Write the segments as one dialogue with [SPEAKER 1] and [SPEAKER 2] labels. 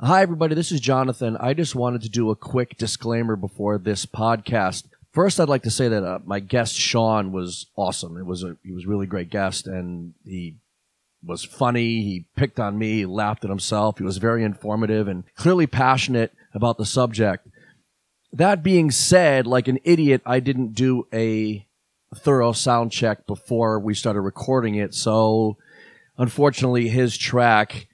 [SPEAKER 1] Hi, everybody. This is Jonathan. I just wanted to do a quick disclaimer before this podcast. First, I'd like to say that uh, my guest Sean was awesome. It was a he was a really great guest, and he was funny. He picked on me, he laughed at himself. He was very informative and clearly passionate about the subject. That being said, like an idiot, I didn't do a thorough sound check before we started recording it. So, unfortunately, his track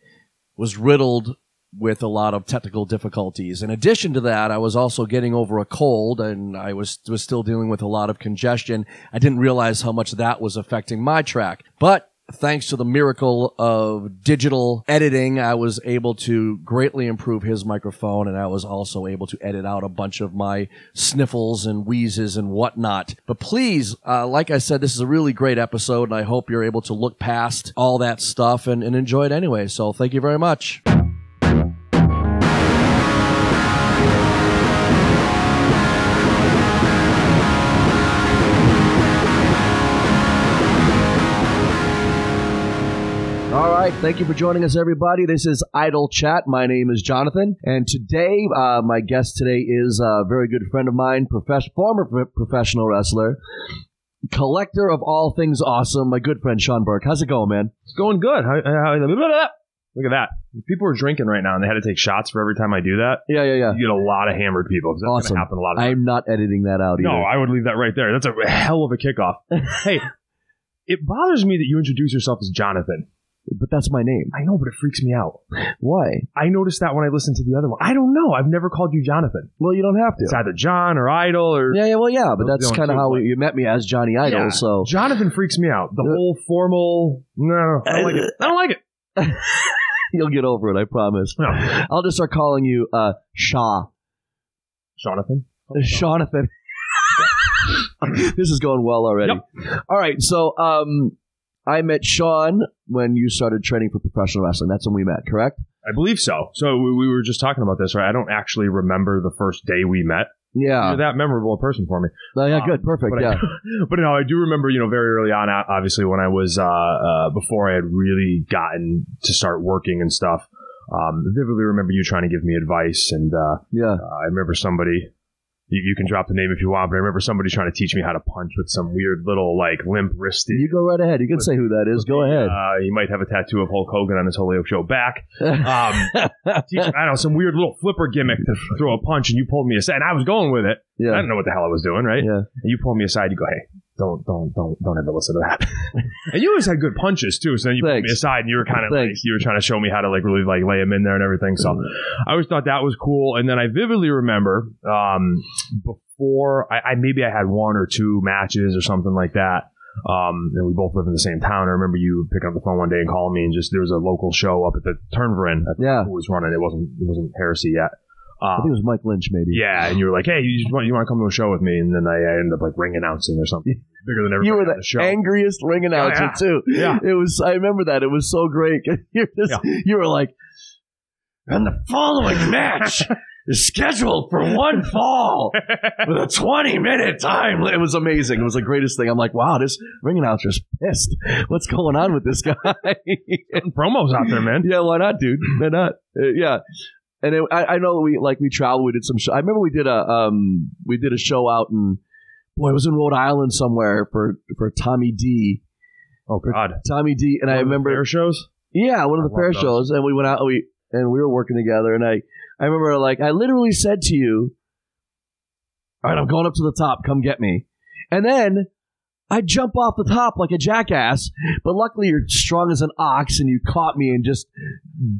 [SPEAKER 1] was riddled with a lot of technical difficulties. In addition to that, I was also getting over a cold and I was, was still dealing with a lot of congestion. I didn't realize how much that was affecting my track. But thanks to the miracle of digital editing, I was able to greatly improve his microphone and I was also able to edit out a bunch of my sniffles and wheezes and whatnot. But please, uh, like I said, this is a really great episode and I hope you're able to look past all that stuff and, and enjoy it anyway. So thank you very much. All right. Thank you for joining us, everybody. This is Idle Chat. My name is Jonathan. And today, uh, my guest today is a very good friend of mine, profess- former pro- professional wrestler, collector of all things awesome, my good friend Sean Burke. How's it going, man?
[SPEAKER 2] It's going good. How, how, blah, blah, blah. Look at that. People are drinking right now, and they had to take shots for every time I do that.
[SPEAKER 1] Yeah, yeah, yeah.
[SPEAKER 2] You get a lot of hammered people. 'cause That's
[SPEAKER 1] Awesome.
[SPEAKER 2] gonna happen a lot. Of
[SPEAKER 1] I'm not editing that out either.
[SPEAKER 2] no, I would leave that right there. That's a hell of a kickoff. hey, it bothers me that you introduce yourself as Jonathan.
[SPEAKER 1] but that's my name.
[SPEAKER 2] I know, but it freaks me out.
[SPEAKER 1] Why?
[SPEAKER 2] I noticed that when I listened to the other one. I don't know. I've never called you Jonathan.
[SPEAKER 1] Well, you don't have
[SPEAKER 2] It's
[SPEAKER 1] to.
[SPEAKER 2] either John or Idol or
[SPEAKER 1] Yeah, yeah, well, yeah, but
[SPEAKER 2] Those
[SPEAKER 1] that's
[SPEAKER 2] don't
[SPEAKER 1] kind of
[SPEAKER 2] too,
[SPEAKER 1] how
[SPEAKER 2] but-
[SPEAKER 1] you met me as Johnny Idol,
[SPEAKER 2] Yeah.
[SPEAKER 1] so.
[SPEAKER 2] Jonathan freaks me out. The
[SPEAKER 1] Yeah. Uh,
[SPEAKER 2] whole formal. No, I don't like it. I don't like it.
[SPEAKER 1] You'll get over it, I promise.
[SPEAKER 2] No,
[SPEAKER 1] I'll just start calling you uh, Shaw.
[SPEAKER 2] Jonathan.
[SPEAKER 1] Jonathan. this is going well already. All right, so um, I met Sean when you started training for professional wrestling. That's when we met, correct?
[SPEAKER 2] I believe so. So we, we were just talking about this, right? I don't actually remember the first day we met.
[SPEAKER 1] Yeah.
[SPEAKER 2] You're that memorable a person for me.
[SPEAKER 1] Oh, yeah. Good.
[SPEAKER 2] Um,
[SPEAKER 1] Perfect.
[SPEAKER 2] but
[SPEAKER 1] Ah.
[SPEAKER 2] I-
[SPEAKER 1] Yeah.
[SPEAKER 2] but no, I do remember, you know, very early on, o- obviously, when I was, uh, uh, before I had really gotten to start working and stuff, um, vividly remember you trying to give me advice. And uh,
[SPEAKER 1] Yeah.
[SPEAKER 2] uh, I remember somebody, you, you can drop the name if you want, but I remember somebody trying to teach me how to punch with some weird little, like, limp wristed.
[SPEAKER 1] You go right ahead. You can say who that is. Go ahead.
[SPEAKER 2] Uh, he might have a tattoo of Hulk Hogan on his Holyoke show back. Um, teach, I don't know, some weird little flipper gimmick to throw a punch, and you pulled me aside, and I was going with it. I
[SPEAKER 1] yeah.
[SPEAKER 2] didn't know what the hell I was doing, right?
[SPEAKER 1] Yeah.
[SPEAKER 2] And you pull me aside, you go, hey, don't, don't, don't, don't ever listen to that. and you always had good punches too. So then you pulled
[SPEAKER 1] Thanks.
[SPEAKER 2] me aside, and you were kind of like,
[SPEAKER 1] Thanks.
[SPEAKER 2] you were trying to show me how to like really like lay them in there and everything. So I always thought that was cool. And then I vividly remember um, before I, I maybe I had one or two matches or something like that. Um, and we both live in the same town. I remember you picking up the phone one day and calling me, and just there was a local show up at the Turnverin. I
[SPEAKER 1] Yeah.
[SPEAKER 2] forgot who was running? It wasn't it wasn't Heresy yet.
[SPEAKER 1] I
[SPEAKER 2] Um,
[SPEAKER 1] think it was Mike Lynch, maybe.
[SPEAKER 2] yeah, and you were like, "Hey, you just want you want to come to a show with me?" And then I, I ended up like ring announcing or something bigger than everybody
[SPEAKER 1] You were
[SPEAKER 2] on
[SPEAKER 1] the,
[SPEAKER 2] the show.
[SPEAKER 1] angriest ring announcer
[SPEAKER 2] yeah.
[SPEAKER 1] too.
[SPEAKER 2] Yeah.
[SPEAKER 1] It was. I remember that. It was so great. You're just, You were like, and the following match is scheduled for one fall with a 20 minute time. It was amazing. It was the greatest thing. I'm like, wow, this ring announcer's pissed. What's going on with this guy?
[SPEAKER 2] Putting promos out there, man.
[SPEAKER 1] yeah, why not, dude? Why not? Uh, yeah. And it, I, I know we like we traveled. We did some. Show, I remember we did a um we did a show out in boy it was in Rhode Island somewhere for for Tommy D.
[SPEAKER 2] Oh God,
[SPEAKER 1] Tommy D. And I
[SPEAKER 2] One of the
[SPEAKER 1] remember
[SPEAKER 2] fair shows.
[SPEAKER 1] yeah, one of the
[SPEAKER 2] I
[SPEAKER 1] fair
[SPEAKER 2] love those.
[SPEAKER 1] shows, and we went out. We and we were working together, and I I remember like I literally said to you, "All right, I'm going up to the top. Come get me." And then I jump off the top like a jackass, but luckily you're strong as an ox, and you caught me and just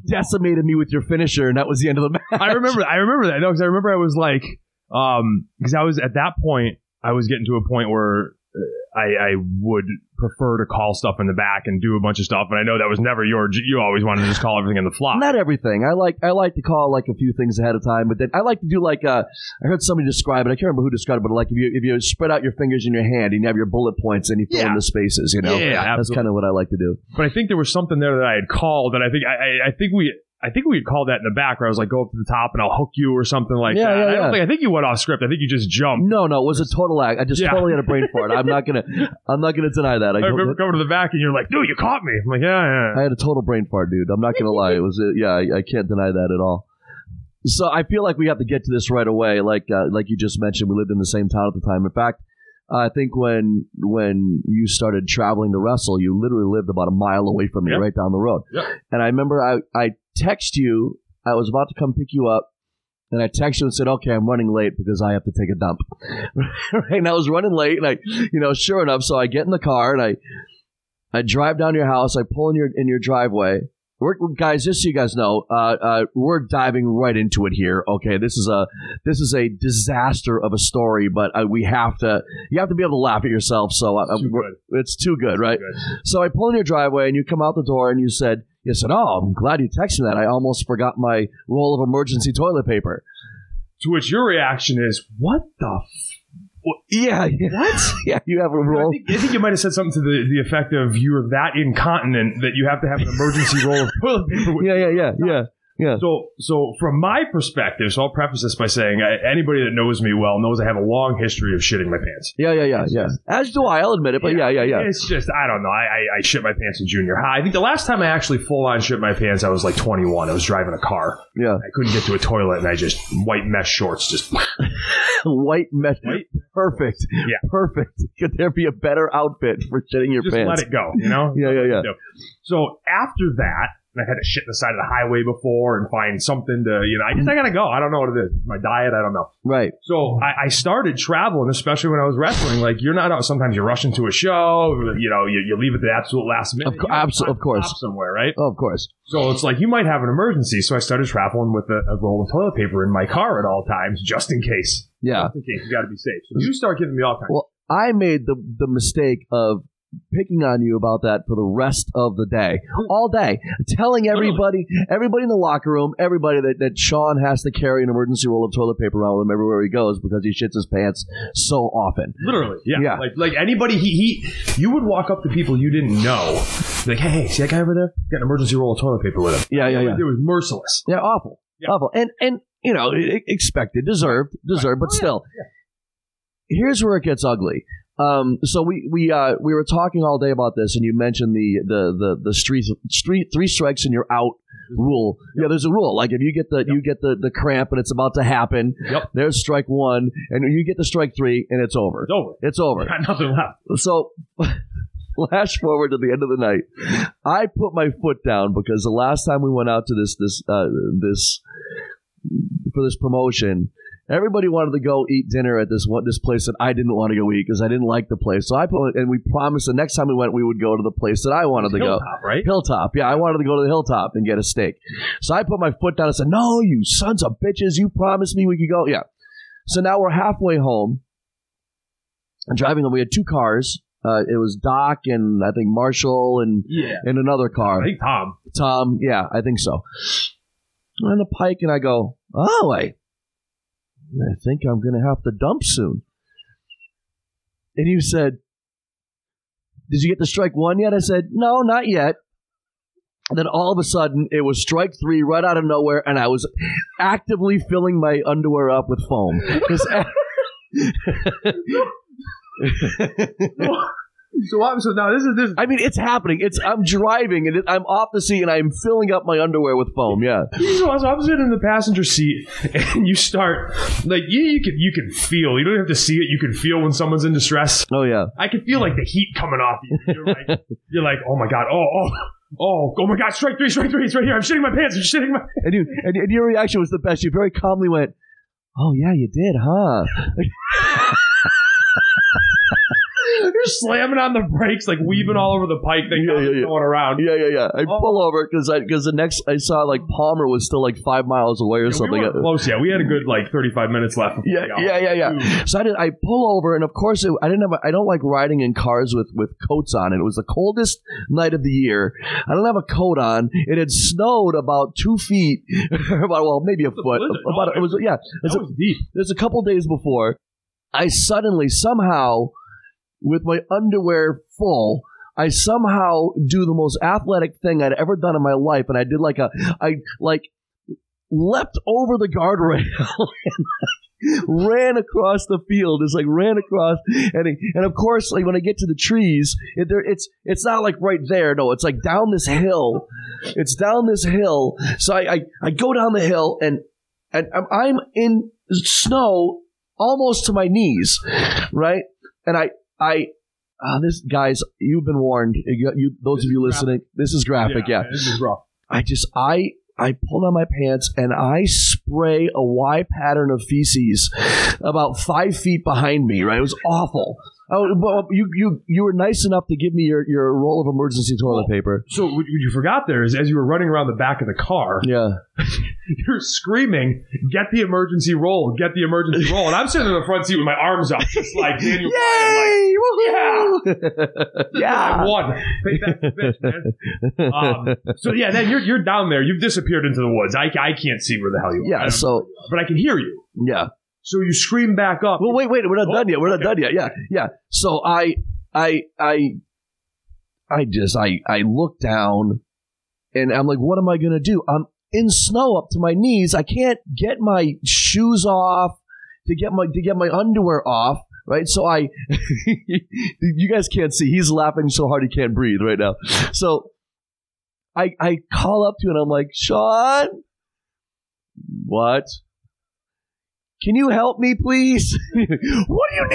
[SPEAKER 1] decimated me with your finisher, and that was the end of the match.
[SPEAKER 2] I remember. I remember that. No, because I remember I was like, um, because I was at that point, I was getting to a point where uh, I, I would prefer to call stuff in the back and do a bunch of stuff. And I know that was never your. You always wanted to just call everything in the flop.
[SPEAKER 1] Not everything. I like I like to call like a few things ahead of time, but then I like to do like uh, I heard somebody describe it. I can't remember who described it, but like if you if you spread out your fingers in your hand and you have your bullet points and you fill in
[SPEAKER 2] Yeah.
[SPEAKER 1] the spaces, you know,
[SPEAKER 2] Yeah,
[SPEAKER 1] that's
[SPEAKER 2] absolutely.
[SPEAKER 1] kind of what I like to do.
[SPEAKER 2] but I think there was something there that I had called that I think I, I, I think we I think we had called that in the back where I was like go up to the top and I'll hook you or something like
[SPEAKER 1] Yeah,
[SPEAKER 2] that.
[SPEAKER 1] yeah,
[SPEAKER 2] I don't
[SPEAKER 1] yeah.
[SPEAKER 2] think I think you went off script. I think you just jumped.
[SPEAKER 1] No, no, it was a total act. I just
[SPEAKER 2] Yeah.
[SPEAKER 1] totally had a brain fart. I'm not gonna I'm not gonna deny that. I,
[SPEAKER 2] I remember coming to the back and you're like, dude, you caught me. I'm like, yeah, yeah.
[SPEAKER 1] uh, I had a total brain fart, dude. I'm not gonna lie. It was a, yeah, I, I can't deny that at all. So I feel like we have to get to this right away. Like uh, like you just mentioned, we lived in the same town at the time. In fact, I think when when you started traveling to wrestle, you literally lived about a mile away from me,
[SPEAKER 2] Yep.
[SPEAKER 1] right down the road.
[SPEAKER 2] Yep.
[SPEAKER 1] And I remember I I text you. I was about to come pick you up, and I texted you and said, "Okay, I'm running late because I have to take a dump." right? And I was running late, and I, you know, sure enough, so I get in the car and I I drive down to your house. I pull in your in your driveway. We're, guys, just so you guys know, uh, uh, we're diving right into it here. Okay, this is a this is a disaster of a story, but uh, we have to. You have to be able to laugh at yourself. So uh,
[SPEAKER 2] Too
[SPEAKER 1] we're-
[SPEAKER 2] good.
[SPEAKER 1] it's too good, right?
[SPEAKER 2] Good.
[SPEAKER 1] So I pull in your driveway, and you come out the door, and you said, "You said, oh, I'm glad you texted me that. I almost forgot my roll of emergency toilet paper."
[SPEAKER 2] To which your reaction is, "What the?"
[SPEAKER 1] Yeah, what? yeah, you have a
[SPEAKER 2] F-? I,
[SPEAKER 1] roll.
[SPEAKER 2] think, I think you might have said something to the, the effect of, "You're that incontinent that you have to have an emergency roll of toilet paper." With
[SPEAKER 1] Yeah, yeah, yeah, yeah.
[SPEAKER 2] So, so from my perspective, so I'll preface this by saying, I, anybody that knows me well knows I have a long history of shitting my pants.
[SPEAKER 1] Yeah, yeah, yeah, yeah. As do I. I'll admit it, but yeah, yeah, yeah.
[SPEAKER 2] It's just I don't know. I, I, I shit my pants in junior high. I think the last time I actually full on shit my pants, I was like 21. I was driving a car.
[SPEAKER 1] Yeah.
[SPEAKER 2] I couldn't get to a toilet, and I just white mesh shorts. Just
[SPEAKER 1] White mesh.
[SPEAKER 2] White-
[SPEAKER 1] Perfect.
[SPEAKER 2] Yeah.
[SPEAKER 1] Perfect. Could there be a better outfit for shitting your
[SPEAKER 2] just
[SPEAKER 1] pants?
[SPEAKER 2] let it go. You know.
[SPEAKER 1] Yeah, yeah, yeah.
[SPEAKER 2] So after that, and I've had to shit on the side of the highway before and find something to, you know, I guess I gotta go. I don't know what it is. My diet, I don't know.
[SPEAKER 1] Right.
[SPEAKER 2] So I, I started traveling, especially when I was wrestling. Like you're not out. Sometimes you rush into a show, you know, you, you leave at the absolute last minute.
[SPEAKER 1] Of cou-
[SPEAKER 2] You have
[SPEAKER 1] abso-
[SPEAKER 2] time
[SPEAKER 1] of
[SPEAKER 2] to
[SPEAKER 1] course.
[SPEAKER 2] stop somewhere, right?
[SPEAKER 1] Oh, of course.
[SPEAKER 2] So it's like you might have an emergency. So I started traveling with a, a roll of toilet paper in my car at all times, just in case.
[SPEAKER 1] Yeah.
[SPEAKER 2] Just in case you got to be safe. So you start giving me all kinds.
[SPEAKER 1] Well, I made the the mistake of picking on you about that for the rest of the day, all day, telling everybody, everybody in the locker room, everybody that, that Sean has to carry an emergency roll of toilet paper around with him everywhere he goes because he shits his pants so often.
[SPEAKER 2] Literally, yeah.
[SPEAKER 1] Yeah.
[SPEAKER 2] Like, like anybody, he, he, you would walk up to people you didn't know, be like, hey, hey, see that guy over there? He's got an emergency roll of toilet paper with him.
[SPEAKER 1] Yeah, yeah, yeah.
[SPEAKER 2] It was merciless.
[SPEAKER 1] Yeah, awful,
[SPEAKER 2] Yeah.
[SPEAKER 1] awful, and and you know, e- e- expected, deserved, deserved,
[SPEAKER 2] Oh,
[SPEAKER 1] but still. Here's where it gets ugly. Um, so we we uh, we were talking all day about this, and you mentioned the the the the street, street three strikes and you're out
[SPEAKER 2] Mm-hmm.
[SPEAKER 1] rule. Yeah, there's a rule. Like if you get the you get the the cramp and it's about to happen,
[SPEAKER 2] Yep.
[SPEAKER 1] there's strike one, and you get the strike three, and it's over.
[SPEAKER 2] It's over.
[SPEAKER 1] It's over.
[SPEAKER 2] Got nothing left.
[SPEAKER 1] So, flash forward to the end of the night. I put my foot down because the last time we went out to this this uh, this for this promotion, everybody wanted to go eat dinner at this one this place that I didn't want to go eat because I didn't like the place. So I put and we promised the next time we went we would go to the place that I wanted to go.
[SPEAKER 2] Hilltop, right?
[SPEAKER 1] Hilltop. Yeah, I wanted to go to the hilltop and get a steak. So I put my foot down and said, No, you sons of bitches, you promised me we could go. Yeah. So now we're halfway home. And driving home, we had two cars. Uh, it was Doc and I think Marshall and,
[SPEAKER 2] Yeah.
[SPEAKER 1] and another car.
[SPEAKER 2] I think Tom.
[SPEAKER 1] Tom, yeah, I think so. On the pike, and I go, oh, I, I think I'm going to have to dump soon. And you said, did you get the strike one yet? I said, no, not yet. And then all of a sudden, it was strike three right out of nowhere, and I was actively filling my underwear up with foam. 'Cause-
[SPEAKER 2] So I'm, so now this is this.
[SPEAKER 1] I mean, it's happening. It's I'm driving, and it, I'm off the seat, and I'm filling up my underwear with foam. Yeah.
[SPEAKER 2] So I'm sitting in the passenger seat, and you start like yeah, you can you can feel. You don't have to see it. You can feel when someone's in distress.
[SPEAKER 1] Oh yeah.
[SPEAKER 2] I can feel like the heat coming off you. You're like, you're like, oh my god, oh oh oh, oh my god, strike three, strike three, it's right here. I'm shitting my pants. I'm shitting my.
[SPEAKER 1] and you and, and your reaction was the best. You very calmly went, "Oh yeah, you did, huh?"
[SPEAKER 2] You're slamming on the brakes, like weaving all over the pike. Thing
[SPEAKER 1] Yeah, yeah, yeah.
[SPEAKER 2] going around.
[SPEAKER 1] Yeah, yeah, yeah. I
[SPEAKER 2] Oh.
[SPEAKER 1] pull over because I because the next I saw like Palmer was still like five miles away or
[SPEAKER 2] Yeah,
[SPEAKER 1] something. Uh,
[SPEAKER 2] we were Oh close. Yeah, we had a good like 35 minutes left. before
[SPEAKER 1] yeah,
[SPEAKER 2] we got
[SPEAKER 1] yeah, yeah, yeah.
[SPEAKER 2] Dude.
[SPEAKER 1] So I did. I pull over, and of course, it, I didn't have. A, I don't like riding in cars with with coats on. And it was the coldest night of the year. I don't have a coat on. It had snowed about two feet, about well, maybe a foot.
[SPEAKER 2] blizzard. Oh,
[SPEAKER 1] About it was yeah. It's
[SPEAKER 2] That
[SPEAKER 1] a-
[SPEAKER 2] was deep.
[SPEAKER 1] there's a couple days before I suddenly somehow with my underwear full I somehow do the most athletic thing I'd ever done in my life and I did like a I like leapt over the guardrail and like, ran across the field it's like ran across and it- and of course like when I get to the trees it, there, it's it's not like right there no it's like down this hill it's down this hill so I I, I go down the hill and and I'm, I'm in snow almost to my knees, right? And I, I, uh, this guys, you've been warned. You, you- those
[SPEAKER 2] This
[SPEAKER 1] of you
[SPEAKER 2] is graphic.
[SPEAKER 1] listening, this is graphic. yeah,
[SPEAKER 2] this is rough.
[SPEAKER 1] I just I I pull down my pants and I spray a Y pattern of feces about five feet behind me. Right, it was awful. Oh, but you you you were nice enough to give me your, your roll of emergency toilet paper.
[SPEAKER 2] So what what you forgot there is as you were running around the back of the car,
[SPEAKER 1] Yeah,
[SPEAKER 2] you're screaming, "Get the emergency roll! Get the emergency roll!" And I'm sitting in the front seat with my arms up, just like Daniel Bryan, like,
[SPEAKER 1] yay! Woohoo!
[SPEAKER 2] I
[SPEAKER 1] yeah,
[SPEAKER 2] won. Take that, bitch, man. Um, so yeah, then you're you're down there. You've disappeared into the woods. I, I can't see where the hell you are. I
[SPEAKER 1] yeah.
[SPEAKER 2] don't-
[SPEAKER 1] So
[SPEAKER 2] but I can hear you.
[SPEAKER 1] yeah.
[SPEAKER 2] So you scream back up.
[SPEAKER 1] Well, wait, wait. We're not
[SPEAKER 2] Oh,
[SPEAKER 1] done yet. We're not
[SPEAKER 2] okay.
[SPEAKER 1] done yet. Yeah, yeah. So I, I, I, I just I I look down, and I'm like, what am I gonna do? I'm in snow up to my knees. I can't get my shoes off to get my to get my underwear off. Right, so I, you guys can't see. He's laughing so hard he can't breathe right now. So, I I call up to you and I'm like, Sean, what? Can you help me, please? what do you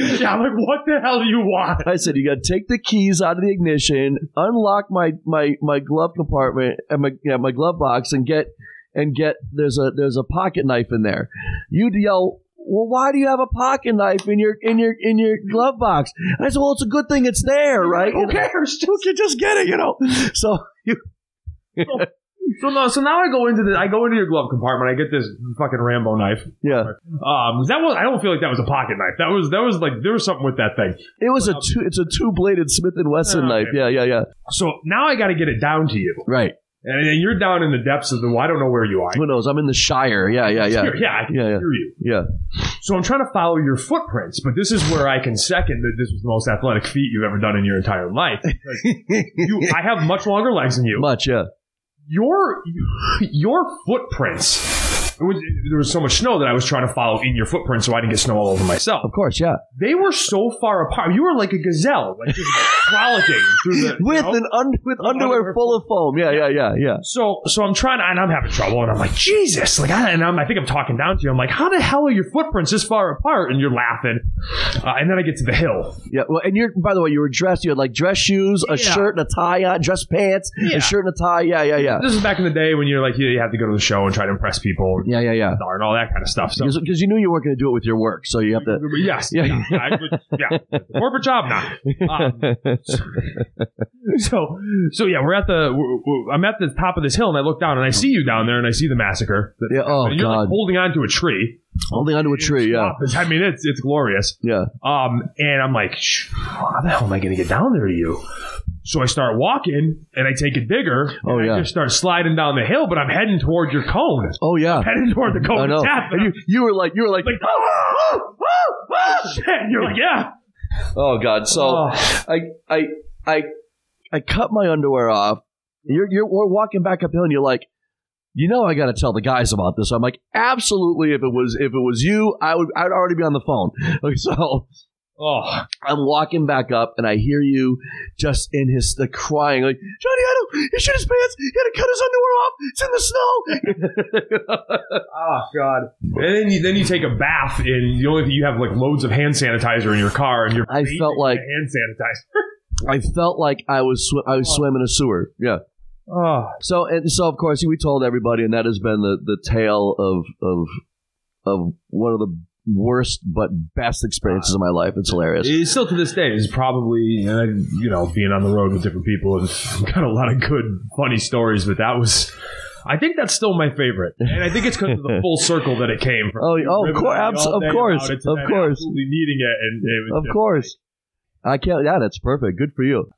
[SPEAKER 1] need?
[SPEAKER 2] yeah, I'm like what the hell do you want?
[SPEAKER 1] I said, you got to take the keys out of the ignition, unlock my my my glove compartment and my yeah, my glove box, and get and get there's a there's a pocket knife in there. You'd yell, well, why do you have a pocket knife in your in your in your glove box? And I said, well, it's a good thing it's there, right?
[SPEAKER 2] Who
[SPEAKER 1] You know,
[SPEAKER 2] cares?
[SPEAKER 1] Who can just get it, you know? So
[SPEAKER 2] So no, so now I go into the I go into your glove compartment. I get this fucking Rambo knife.
[SPEAKER 1] yeah,
[SPEAKER 2] Um, that was I don't feel like that was a pocket knife. That was that was like there was something with that thing.
[SPEAKER 1] it was a two it's a two bladed Smith and Wesson
[SPEAKER 2] Oh,
[SPEAKER 1] knife.
[SPEAKER 2] Okay.
[SPEAKER 1] Yeah, yeah, yeah.
[SPEAKER 2] So now I got to get it down to you,
[SPEAKER 1] Right.
[SPEAKER 2] and, and you're down in the depths of the. I don't know where you are.
[SPEAKER 1] Who knows? I'm in the Shire. Yeah, yeah, yeah,
[SPEAKER 2] Here, yeah, I can
[SPEAKER 1] yeah, yeah.
[SPEAKER 2] hear you.
[SPEAKER 1] yeah.
[SPEAKER 2] So I'm trying to follow your footprints, but this is where I can second that this was the most athletic feat you've ever done in your entire life. Because you, I have much longer legs than you.
[SPEAKER 1] Much, yeah.
[SPEAKER 2] Your your footprints. it was- there was so much snow that I was trying to follow in your footprints, so I didn't get snow all over myself.
[SPEAKER 1] Of course, yeah.
[SPEAKER 2] They were so far apart. You were like a gazelle, like just frolicking through the you
[SPEAKER 1] with
[SPEAKER 2] know?
[SPEAKER 1] an un- with underwear,
[SPEAKER 2] underwear
[SPEAKER 1] full of foam. Yeah, yeah, yeah, yeah.
[SPEAKER 2] So so I'm trying and I'm having trouble and I'm like Jesus like I, and I'm, I think I'm talking down to you I'm like how the hell are your footprints this far apart and you're laughing uh, and then I get to the hill
[SPEAKER 1] Yeah. Well, and you're by the way, you were dressed. You had like dress shoes, a
[SPEAKER 2] Yeah.
[SPEAKER 1] shirt and a tie on, dress pants,
[SPEAKER 2] Yeah.
[SPEAKER 1] a shirt and a tie. Yeah, yeah, yeah,
[SPEAKER 2] this is back in the day when you're like you, you have to go to the show and try to impress people and,
[SPEAKER 1] yeah, yeah, yeah.
[SPEAKER 2] and all that kind of stuff so
[SPEAKER 1] Because you knew you weren't going to do it with your work, so you have to.
[SPEAKER 2] yes
[SPEAKER 1] Yeah.
[SPEAKER 2] yeah, yeah, I would- yeah. corporate job now um, so, so so yeah we're at the we're, we're- I'm at the top of this hill and I look down and I see you down there and I see the massacre
[SPEAKER 1] Yeah. Oh
[SPEAKER 2] and you're like
[SPEAKER 1] God,
[SPEAKER 2] holding onto a tree
[SPEAKER 1] holding onto a tree. Yeah,
[SPEAKER 2] I mean it's it's glorious
[SPEAKER 1] yeah.
[SPEAKER 2] Um, and I'm like, "Shh, how the hell am I going to get down there to you? So I start walking and I take it bigger. and
[SPEAKER 1] Oh, yeah.
[SPEAKER 2] I just start sliding down the hill, but I'm heading toward your cone.
[SPEAKER 1] Oh yeah.
[SPEAKER 2] Heading toward the
[SPEAKER 1] I
[SPEAKER 2] cone
[SPEAKER 1] know.
[SPEAKER 2] of death.
[SPEAKER 1] And you, you were like, you were like,
[SPEAKER 2] like, oh, oh, oh, oh, shit. And you're like, yeah.
[SPEAKER 1] oh God. So
[SPEAKER 2] Oh,
[SPEAKER 1] I, I, I, I cut my underwear off. You're, you're, we're walking back uphill, and you're like, you know, I got to tell the guys about this. I'm like, absolutely. If it was, if it was you, I would, I'd already be on the phone. Like, so
[SPEAKER 2] oh.
[SPEAKER 1] I'm walking back up, and I hear you just in his the crying, like Johnny, I don't. He shit his pants. He had to cut his underwear off. It's in the snow.
[SPEAKER 2] oh, God. And then you, then you take a bath and the only thing you have like loads of hand sanitizer in your car and you're
[SPEAKER 1] I
[SPEAKER 2] bathing
[SPEAKER 1] felt like-
[SPEAKER 2] in hand sanitizer.
[SPEAKER 1] I felt like I was, sw- I was swimming in a sewer. Yeah.
[SPEAKER 2] Oh,
[SPEAKER 1] So and so, of course, we told everybody, and that has been the the tale of of of one of the worst but best experiences of my life. It's hilarious.
[SPEAKER 2] It's still to this day is probably and I, you know being on the road with different people and got a lot of good funny stories, but that was. I think that's still my favorite, and I think it's because of the full circle that it came from.
[SPEAKER 1] Oh, oh, of
[SPEAKER 2] Ribbing
[SPEAKER 1] course,
[SPEAKER 2] me all
[SPEAKER 1] abs- of
[SPEAKER 2] day about
[SPEAKER 1] course,
[SPEAKER 2] it to
[SPEAKER 1] of
[SPEAKER 2] then
[SPEAKER 1] course.
[SPEAKER 2] absolutely needing it, and it was
[SPEAKER 1] of
[SPEAKER 2] just-
[SPEAKER 1] course. I can't. Yeah, that's perfect. Good for you.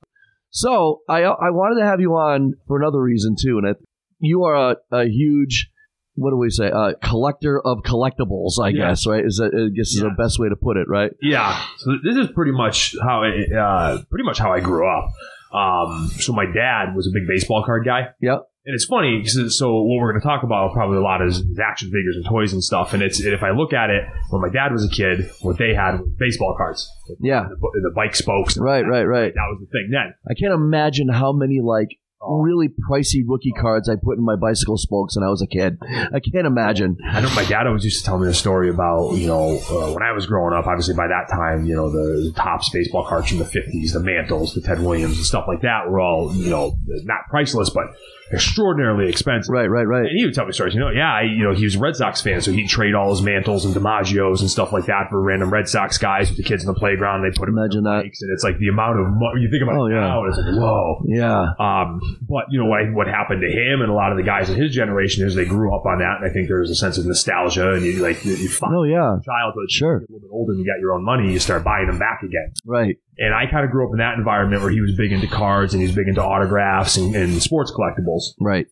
[SPEAKER 1] So I I wanted to have you on for another reason too, and I, you are a, a huge what do we say a collector of collectibles. I
[SPEAKER 2] Yeah.
[SPEAKER 1] guess right is that I guess is the
[SPEAKER 2] Yeah.
[SPEAKER 1] best way to put it, right?
[SPEAKER 2] Yeah, so this is pretty much how it, uh, pretty much how I grew up. Um, so my dad was a big baseball card guy.
[SPEAKER 1] Yep.
[SPEAKER 2] And it's funny, 'cause- so what we're going to talk about probably a lot is, is action figures and toys and stuff. And it's if I look at it, when my dad was a kid, what they had was baseball cards,
[SPEAKER 1] Yeah.
[SPEAKER 2] the, the bike spokes.
[SPEAKER 1] Right. Right. Right.
[SPEAKER 2] That was the thing then.
[SPEAKER 1] I can't imagine how many like
[SPEAKER 2] Oh.
[SPEAKER 1] really pricey rookie cards I put in my bicycle spokes when I was a kid. I can't imagine.
[SPEAKER 2] I know my dad always used to tell me the story about, you know, uh, when I was growing up, obviously by that time, you know, the, the Topps baseball cards from the 50s, the Mantles, the Ted Williams, and stuff like that were all, you know, not priceless, but extraordinarily expensive.
[SPEAKER 1] Right, right, right.
[SPEAKER 2] And he would tell me stories, you know, yeah, I, you know, he was a Red Sox fan, so he'd trade all his Mantles and DiMaggio's and stuff like that for random Red Sox guys with the kids in the playground. They put them
[SPEAKER 1] Imagine
[SPEAKER 2] in their
[SPEAKER 1] that.
[SPEAKER 2] bikes, and it's like the amount of money you think about
[SPEAKER 1] Oh,
[SPEAKER 2] it
[SPEAKER 1] yeah.
[SPEAKER 2] now, and it's like, whoa.
[SPEAKER 1] Yeah.
[SPEAKER 2] Um, but you know what, what happened to him and a lot of the guys in his generation is they grew up on that, and I think there was a sense of nostalgia, and you like you, you find
[SPEAKER 1] Oh, yeah.
[SPEAKER 2] childhood.
[SPEAKER 1] Sure.
[SPEAKER 2] you get a little bit older, and you got your own money, you start buying them back again.
[SPEAKER 1] Right.
[SPEAKER 2] And I kind of grew up in that environment where he was big into cards and he was big into autographs and, and sports collectibles.
[SPEAKER 1] Right.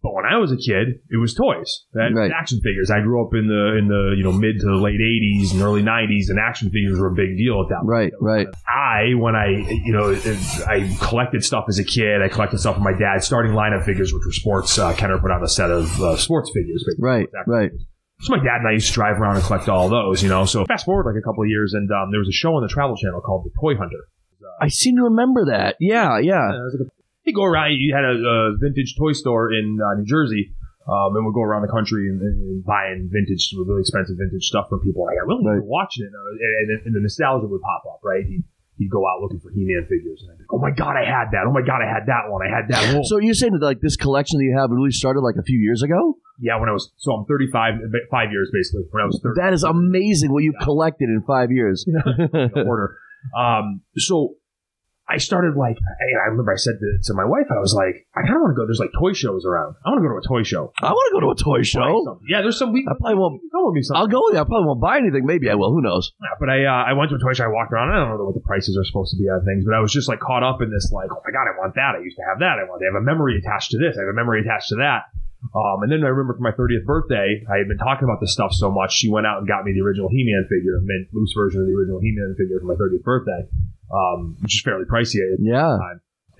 [SPEAKER 2] But when I was a kid, it was toys, that,
[SPEAKER 1] Right.
[SPEAKER 2] action figures. I grew up in the in the you know mid to late '80s and early '90s, and action figures were a big deal at that. point.
[SPEAKER 1] Right. Right.
[SPEAKER 2] I, when I, you know, I collected stuff as a kid. I collected stuff from my dad's starting lineup figures, which were sports. Uh, Kenner put out a set of uh, sports figures.
[SPEAKER 1] Right. Right.
[SPEAKER 2] So my dad and I used to drive around and collect all those, you know. So fast forward like a couple of years, and um, there was a show on the Travel Channel called The Toy Hunter.
[SPEAKER 1] I seem to remember that. Yeah. Yeah.
[SPEAKER 2] And it was like a, he'd go around. He had a, a vintage toy store in uh, New Jersey, um, and would go around the country and, and buying vintage, really expensive vintage stuff from people. I got really
[SPEAKER 1] Right.
[SPEAKER 2] into watching it, uh, and, and, and the nostalgia would pop up, right? He'd, he'd go out looking for He-Man figures, and I'd be like, oh my god, I had that. Oh my god, I had that one. I had that one.
[SPEAKER 1] So you're saying that like this collection that you have really started like a few years ago?
[SPEAKER 2] yeah, when I was so I'm 35, about five years basically. When I was 30,
[SPEAKER 1] That is amazing what you've collected in five years.
[SPEAKER 2] in order. Um, so I started like, I, I remember I said to, to my wife, I was like, I kind of want to go. There's like toy shows around. I want to go to a toy show.
[SPEAKER 1] I want to go to a toy
[SPEAKER 2] Buy
[SPEAKER 1] show.
[SPEAKER 2] something. Yeah, there's some. We,
[SPEAKER 1] I probably won't.
[SPEAKER 2] Come with me sometime.
[SPEAKER 1] I'll go there. I probably won't buy anything. Maybe I will. Who knows?
[SPEAKER 2] Yeah, But I uh, I went to a toy shop. I walked around. I don't know what the prices are supposed to be on things, but I was just like caught up in this like, oh my god, I want that. I used to have that. I want. I have a memory attached to this. I have a memory attached to that. Um, and then I remember for my 30th birthday, I had been talking about this stuff so much. She went out and got me the original He-Man figure, a mint loose version of the original He-Man figure for my 30th birthday, um, which is fairly pricey. It-
[SPEAKER 1] Yeah.